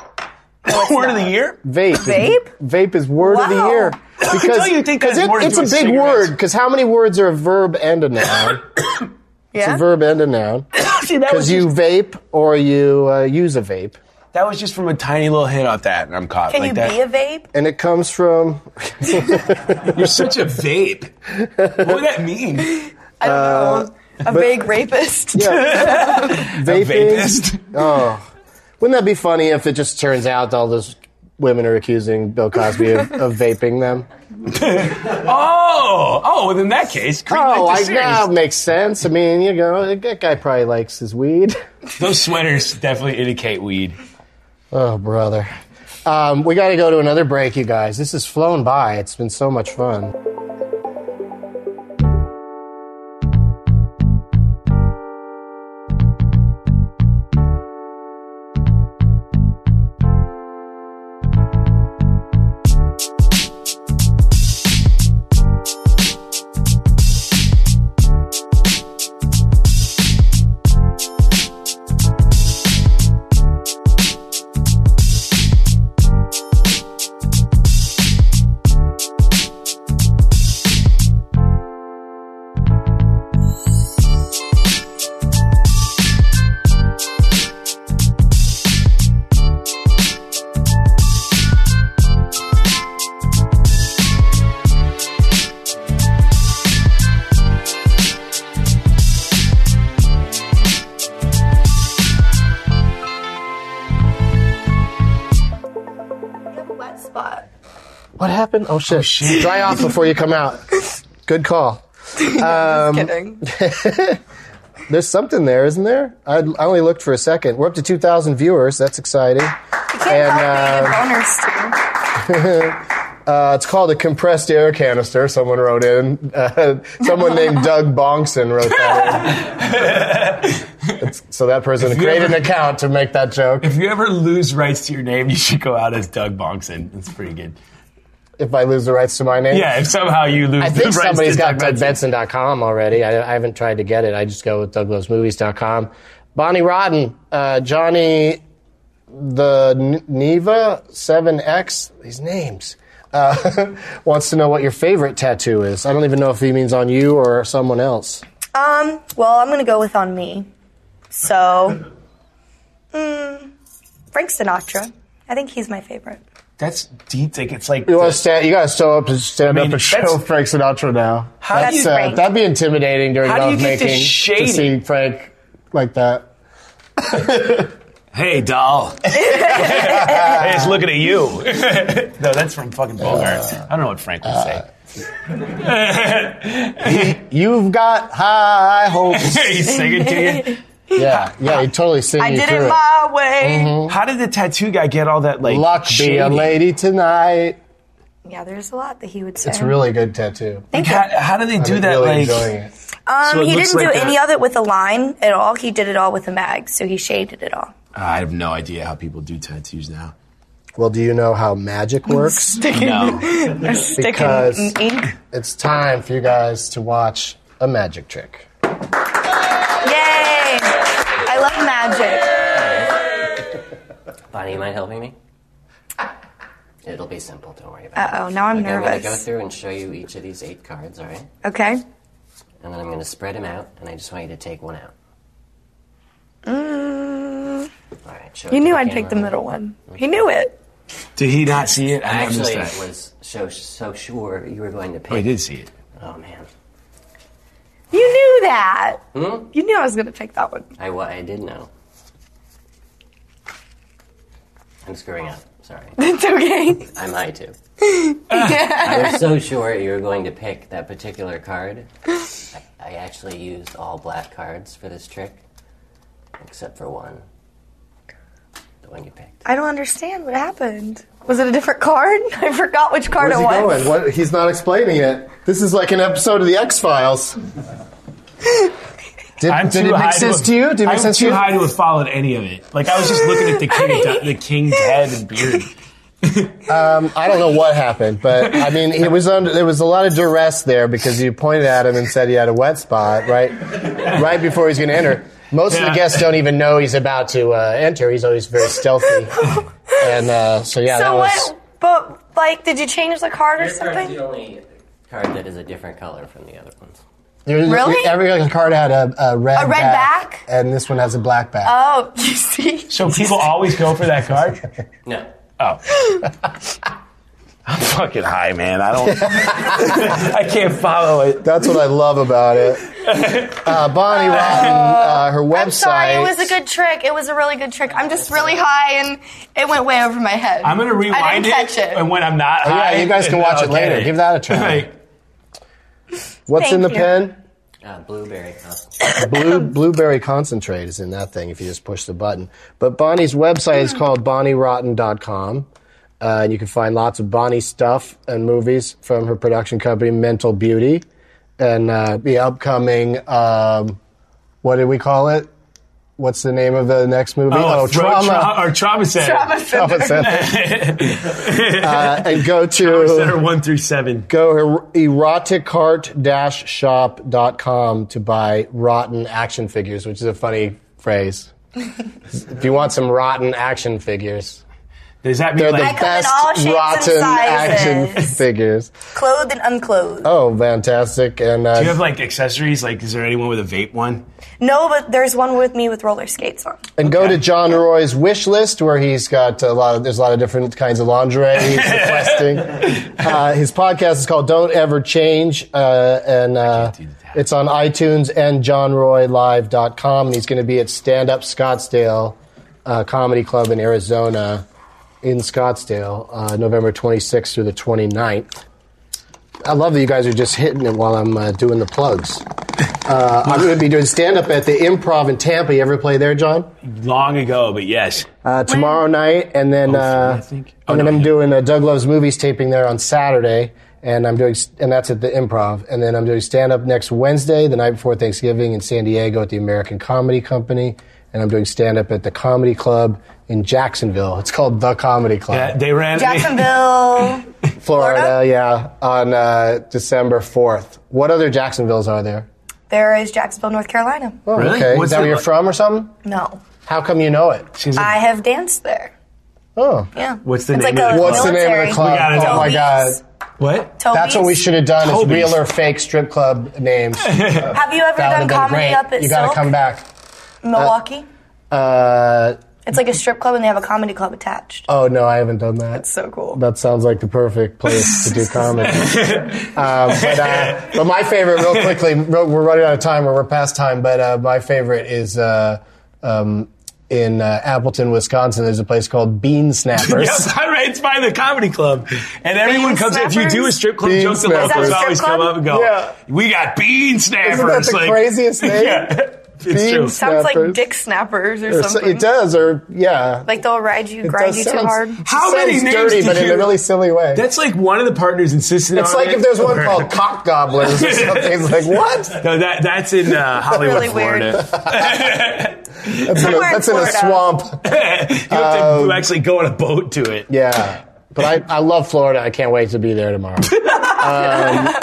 Speaker 2: word of the year?
Speaker 1: Vape.
Speaker 3: Vape?
Speaker 1: Vape is word of the
Speaker 3: Wow.
Speaker 1: year.
Speaker 2: don't you think
Speaker 1: because
Speaker 2: that's more to
Speaker 1: it's
Speaker 2: do
Speaker 1: a big
Speaker 2: with cigarettes?
Speaker 1: word. Because how many words are a verb and a noun? It's
Speaker 3: Yeah.
Speaker 1: a verb and a noun.
Speaker 2: See, that,
Speaker 1: Because
Speaker 2: was
Speaker 1: you
Speaker 2: just,
Speaker 1: vape or you uh, use a vape,
Speaker 2: that was just from a tiny little hint off that, and I'm caught.
Speaker 3: Can
Speaker 2: like
Speaker 3: you
Speaker 2: that.
Speaker 3: be a vape?
Speaker 1: and it comes from
Speaker 2: You're such a vape. what would that mean?
Speaker 1: Uh,
Speaker 3: I don't know. Uh, A vague rapist.
Speaker 1: vaping.
Speaker 2: Vapist.
Speaker 1: Oh, wouldn't that be funny if it just turns out that all those women are accusing Bill Cosby of, of vaping them?
Speaker 2: Oh, oh. Well, in that case, greenlight
Speaker 1: Oh,
Speaker 2: the
Speaker 1: I,
Speaker 2: series.
Speaker 1: that makes sense. I mean, you know, that guy probably likes his weed.
Speaker 2: Those sweaters definitely indicate weed.
Speaker 1: Oh, brother. Um, we got to go to another break, you guys. This has flown by. It's been so much fun.
Speaker 3: You have a wet spot.
Speaker 1: What happened? Oh, shit.
Speaker 2: shit.
Speaker 1: Dry off before you come out. Good call.
Speaker 3: Just kidding.
Speaker 1: There's something there, isn't there? I, I only looked for a second. We're up to 2,000 viewers. That's exciting.
Speaker 3: You can't
Speaker 1: and,
Speaker 3: help being
Speaker 1: uh,
Speaker 3: a boner, Stu.
Speaker 1: Uh, it's called a compressed air canister. Someone wrote in. Uh, someone named Doug Bongson wrote that in. It's- so that person
Speaker 2: If you
Speaker 1: created an
Speaker 2: ever-
Speaker 1: account to make that joke.
Speaker 2: If you ever lose rights to your name, you should go out as Doug Bongson. That's pretty good.
Speaker 1: If I lose the rights to my name,
Speaker 2: Yeah, if somehow you lose
Speaker 1: I
Speaker 2: the
Speaker 1: think
Speaker 2: rights
Speaker 1: somebody's
Speaker 2: to
Speaker 1: got
Speaker 2: Doug
Speaker 1: DougBenson.com already. I, I haven't tried to get it. I just go with DouglasMovies.com. Bonnie Rodden, uh, Johnny the N- Neva 7X, these names, uh, wants to know what your favorite tattoo is. I don't even know if he means on you or someone else.
Speaker 3: Um, well, I'm gonna go with on me. So, mm, Frank Sinatra. I think he's my favorite.
Speaker 2: That's deep. Like it's like
Speaker 1: You, want to stand, you gotta show up and stand
Speaker 2: I mean,
Speaker 1: up and show
Speaker 2: that's-
Speaker 1: Frank Sinatra now.
Speaker 2: How do you- Frank.
Speaker 1: that'd be intimidating during
Speaker 2: How do you
Speaker 1: love
Speaker 2: get this
Speaker 1: making to
Speaker 2: shady?
Speaker 1: see Frank like that.
Speaker 2: Hey, doll. hey, it's looking at you. no, that's from fucking Bogart. I don't know what Frank would say.
Speaker 1: You've got high hopes.
Speaker 2: He's singing to you.
Speaker 1: Yeah, yeah, he totally sing
Speaker 3: I
Speaker 1: you
Speaker 3: did it
Speaker 1: through
Speaker 3: my way.
Speaker 2: How did the tattoo guy get all that like
Speaker 1: Luck be a
Speaker 2: shading?
Speaker 1: lady tonight.
Speaker 3: Yeah, there's a lot that he would say.
Speaker 1: It's a really good tattoo.
Speaker 2: Like, how, how do they do
Speaker 1: I'm
Speaker 2: that?
Speaker 1: really
Speaker 2: like,
Speaker 1: enjoying it.
Speaker 3: Um,
Speaker 2: So it
Speaker 3: he
Speaker 2: looks
Speaker 3: didn't do
Speaker 2: like a-
Speaker 3: any of it with a line at all. He did it all with a mag, so he shaded it all.
Speaker 2: I have no idea how people do tattoos now.
Speaker 1: Well, do you know how magic works?
Speaker 2: No,
Speaker 3: Sticking
Speaker 1: Because-
Speaker 3: in ink.
Speaker 1: it's time for you guys to watch a magic trick.
Speaker 3: Yay! I love magic.
Speaker 11: Bonnie, you mind helping me? It'll be simple, don't worry about
Speaker 3: Uh oh, now I'm
Speaker 11: it. Okay, I'm gonna go
Speaker 3: nervous.
Speaker 11: through and show you each of these eight cards, alright?
Speaker 3: Okay.
Speaker 11: And then I'm gonna spread them out, and I just want you to take one out.
Speaker 3: Mm,
Speaker 11: Alright, show it
Speaker 3: you
Speaker 11: to
Speaker 3: knew
Speaker 11: the
Speaker 3: I'd pick the
Speaker 11: camera.
Speaker 3: middle one. He knew it.
Speaker 2: did he not see it?
Speaker 11: I
Speaker 2: I missed
Speaker 11: actually
Speaker 2: that.
Speaker 11: was so, so sure you were going to pick.
Speaker 2: Oh, he did see it.
Speaker 11: Oh, man.
Speaker 3: You knew that.
Speaker 11: Hmm?
Speaker 3: You knew I was gonna pick that one.
Speaker 11: I, wa- I did know. I'm screwing up. Sorry.
Speaker 3: It's okay.
Speaker 11: I might too. I was so sure you were going to pick that particular card. I, I actually used all black cards for this trick, except for one. The one you picked.
Speaker 3: I don't understand what happened. Was it a different card? I forgot which card
Speaker 1: Where's
Speaker 3: it
Speaker 1: he
Speaker 3: was.
Speaker 1: going? What, he's not explaining it. This is like an episode of the X Files. Did,
Speaker 2: I'm
Speaker 1: did
Speaker 2: too
Speaker 1: it
Speaker 2: high
Speaker 1: make sense to you? Did it make
Speaker 2: I'm
Speaker 1: sense
Speaker 2: too
Speaker 1: to you?
Speaker 2: high to have followed any of it. Like I was just looking at the king, of- the king's head and beard.
Speaker 1: I don't know what happened, but I mean, it was under, there was a lot of duress there because you pointed at him and said he had a wet spot right right before he's going to enter. Most of
Speaker 2: Yeah.
Speaker 1: the guests don't even know he's about to uh, enter. He's always very stealthy, and uh, so yeah, that
Speaker 3: so
Speaker 1: was
Speaker 3: what? But like, did you change the card or
Speaker 11: Your card's the
Speaker 3: something?
Speaker 11: only card that is a different color from the other ones.
Speaker 1: there was-
Speaker 3: Really?
Speaker 1: every other card had a, a red
Speaker 3: A red back?
Speaker 1: and this one has a black back.
Speaker 3: Oh, you see.
Speaker 2: So people always go for that card.
Speaker 11: No.
Speaker 2: Oh. I'm fucking high, man. I don't. I can't follow it.
Speaker 1: That's what I love about it. Uh, Bonnie Rotten, uh, her website.
Speaker 3: I'm sorry. It was a good trick. It was a really good trick. I'm just really high, and it went way over my head.
Speaker 2: I'm gonna rewind
Speaker 3: I didn't catch it.
Speaker 2: and when I'm not
Speaker 1: Oh, yeah,
Speaker 2: high,
Speaker 1: you guys can
Speaker 2: then
Speaker 1: watch
Speaker 2: I'll
Speaker 1: it
Speaker 2: get
Speaker 1: later. Give that a try.
Speaker 2: Like,
Speaker 1: What's in the
Speaker 3: Thank you.
Speaker 1: pen?
Speaker 11: Uh, blueberry concentrate.
Speaker 1: Blue, blueberry concentrate is in that thing if you just push the button. But Bonnie's website is called BonnieRotten.com. Uh, and you can find lots of Bonnie stuff and movies from her production company, Mental Beauty, and uh, the upcoming, um, what did we call it? What's the name of the next movie?
Speaker 2: oh, trauma. Tra- or trauma center. Trauma
Speaker 1: Trauma Center. uh, and go to
Speaker 2: center one through seven.
Speaker 1: go eroticheart-shop.com to buy rotten action figures, which is a funny phrase. if you want some rotten action figures,
Speaker 2: Does that mean
Speaker 1: they're
Speaker 2: like
Speaker 1: the
Speaker 3: come in
Speaker 1: best
Speaker 3: all shapes and
Speaker 1: rotten action
Speaker 3: sizes.
Speaker 1: figures.
Speaker 3: Clothed and unclothed.
Speaker 1: Oh, fantastic! And uh,
Speaker 2: do you have like accessories? Like, is there anyone with a vape one?
Speaker 3: No, but there's one with me with roller skates on.
Speaker 1: and go to John Roy's wish list where he's got a lot of there's a lot of different kinds of lingerie he's requesting. Uh, his podcast is called Don't Ever Change, uh, and uh,
Speaker 2: Can't do that.
Speaker 1: it's on iTunes and johnroylive.com. And he's going to be at Stand Up Scottsdale uh, Comedy Club in Arizona in Scottsdale, uh, November 26th through the 29th. I love that you guys are just hitting it while I'm uh, doing the plugs. Uh, I'm going to be doing stand up at the Improv in Tampa. You ever play there, John?
Speaker 2: Long ago, but yes.
Speaker 1: Uh, tomorrow night, and
Speaker 3: Oh,
Speaker 1: then uh, and then I'm doing a Doug Loves Movies taping there on Saturday, and I'm doing and that's at the Improv, and then I'm doing stand up next Wednesday, the night before Thanksgiving, in San Diego at the American Comedy Company, and I'm doing stand up at the Comedy Club in Jacksonville. It's called the Comedy Club.
Speaker 2: Yeah, they ran
Speaker 3: Jacksonville.
Speaker 1: Florida, yeah, on uh, December 4th. What other Jacksonvilles are there?
Speaker 3: there is Jacksonville, North Carolina.
Speaker 1: Oh, Okay, is that where you're from or something?
Speaker 3: No.
Speaker 1: How come you know it?
Speaker 3: I have danced there.
Speaker 1: Oh.
Speaker 3: Yeah.
Speaker 2: What's the
Speaker 3: It's
Speaker 2: name?
Speaker 3: like
Speaker 2: of
Speaker 3: a
Speaker 2: the
Speaker 1: What's the name of the
Speaker 3: military.
Speaker 1: club?
Speaker 3: We gotta
Speaker 1: oh
Speaker 3: know.
Speaker 1: my god.
Speaker 2: What?
Speaker 1: That's what we should have done
Speaker 2: Toby's.
Speaker 1: is real or fake strip club names.
Speaker 3: Have you
Speaker 1: That
Speaker 3: ever done
Speaker 1: would have been
Speaker 3: comedy
Speaker 1: great.
Speaker 3: up at
Speaker 1: You gotta
Speaker 3: Silk,
Speaker 1: come back.
Speaker 3: Milwaukee?
Speaker 1: Uh,
Speaker 3: it's like a strip club and they have a comedy club attached.
Speaker 1: oh no, I haven't done that. That's
Speaker 3: so cool.
Speaker 1: That sounds like the perfect place to do comedy. um, but, uh, but my favorite, real quickly, real- we're running out of time or we're past time. But uh, my favorite is uh, um, in uh, Appleton, Wisconsin. There's a place called Bean Snappers.
Speaker 2: Yes, I ran- it's by the comedy club, and everyone
Speaker 1: Bean
Speaker 2: comes. If you do a
Speaker 1: snappers?
Speaker 2: strip club
Speaker 1: Bean
Speaker 2: joke, the
Speaker 1: snappers. Is
Speaker 2: locals
Speaker 1: that a
Speaker 2: always
Speaker 1: strip
Speaker 2: come
Speaker 1: club?
Speaker 2: up and go,
Speaker 1: Yeah.
Speaker 2: "We got bean snappers!"
Speaker 1: Isn't that the
Speaker 2: Like-
Speaker 1: craziest name?
Speaker 2: yeah, it's true.
Speaker 3: Sounds like dick snappers or
Speaker 1: Or so-
Speaker 3: something.
Speaker 1: it does, or yeah.
Speaker 3: Like they'll ride you,
Speaker 1: It
Speaker 3: grind
Speaker 1: does
Speaker 3: you too
Speaker 1: sound-
Speaker 3: hard.
Speaker 2: How
Speaker 1: Sounds
Speaker 2: many names
Speaker 1: dirty,
Speaker 2: did
Speaker 1: but in
Speaker 2: you-
Speaker 1: a really silly way.
Speaker 2: That's like one of the partners insisted
Speaker 1: It's
Speaker 2: on
Speaker 1: like
Speaker 2: it,
Speaker 1: if there's one
Speaker 2: or-
Speaker 1: called cock goblins or something. It's like what?
Speaker 2: No, that that's in uh, Hollywood,
Speaker 1: Really weird.
Speaker 2: Florida.
Speaker 1: That's, in a, that's in a swamp.
Speaker 2: you have to actually go on a boat to
Speaker 1: Um,
Speaker 2: it.
Speaker 1: Yeah, but I, I love Florida. I can't wait to be there tomorrow. um,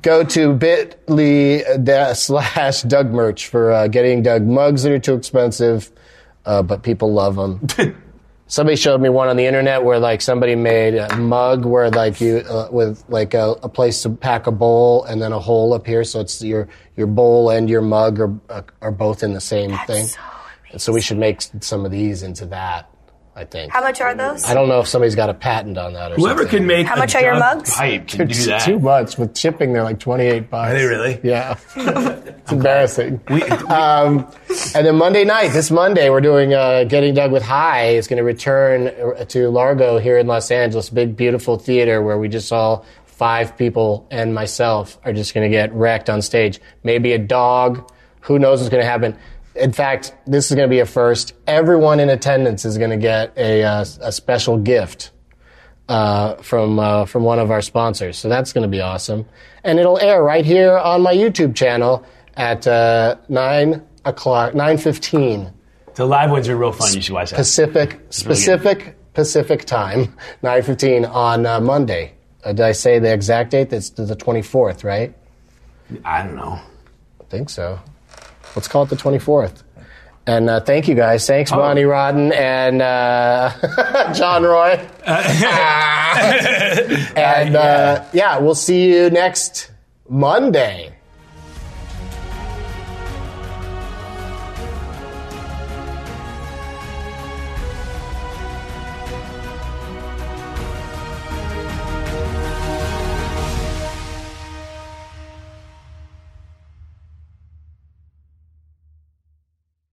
Speaker 1: go to bit.ly da- slash Doug merch for uh, getting Doug mugs that are too expensive, uh, but people love them. Somebody showed me one on the internet where like somebody made a mug where like you uh, with like a, a place to pack a bowl and then a hole up here, so it's your your bowl and your mug are uh, are both in the same thing. and so we should make s- some of these into that. I think.
Speaker 3: How much are those?
Speaker 1: I don't know if somebody's got a patent on that or
Speaker 2: Whoever
Speaker 1: something.
Speaker 2: can make
Speaker 3: How
Speaker 2: a
Speaker 3: much are your
Speaker 2: dunk
Speaker 3: mugs?
Speaker 2: Pipe can do that.
Speaker 1: Too much with shipping. They're like twenty eight bucks.
Speaker 2: Are they really?
Speaker 1: Yeah, it's embarrassing. um, and then Monday night, this Monday, we're doing uh, Getting Dug with High. It's going to return uh, to Largo here in Los Angeles, big beautiful theater where we just all five people and myself are just going to get wrecked on stage. Maybe a dog. Who knows what's going to happen? In fact, this is going to be a first. Everyone in attendance is going to get a, uh, a special gift uh, from uh, from one of our sponsors. So that's going to be awesome, and it'll air right here on my YouTube channel at uh, nine o'clock, nine fifteen
Speaker 2: The live ones are real fun. You should watch that.
Speaker 1: Pacific
Speaker 2: really good.
Speaker 1: specific Pacific time, nine fifteen on uh, Monday. Uh, did I say the exact date? That's the twenty fourth, right?
Speaker 2: I don't know.
Speaker 1: I think so. Let's call it the twenty fourth. And uh, thank you guys. Thanks, Bonnie Rodden and uh, John Roy. and uh, yeah, we'll see you next Monday.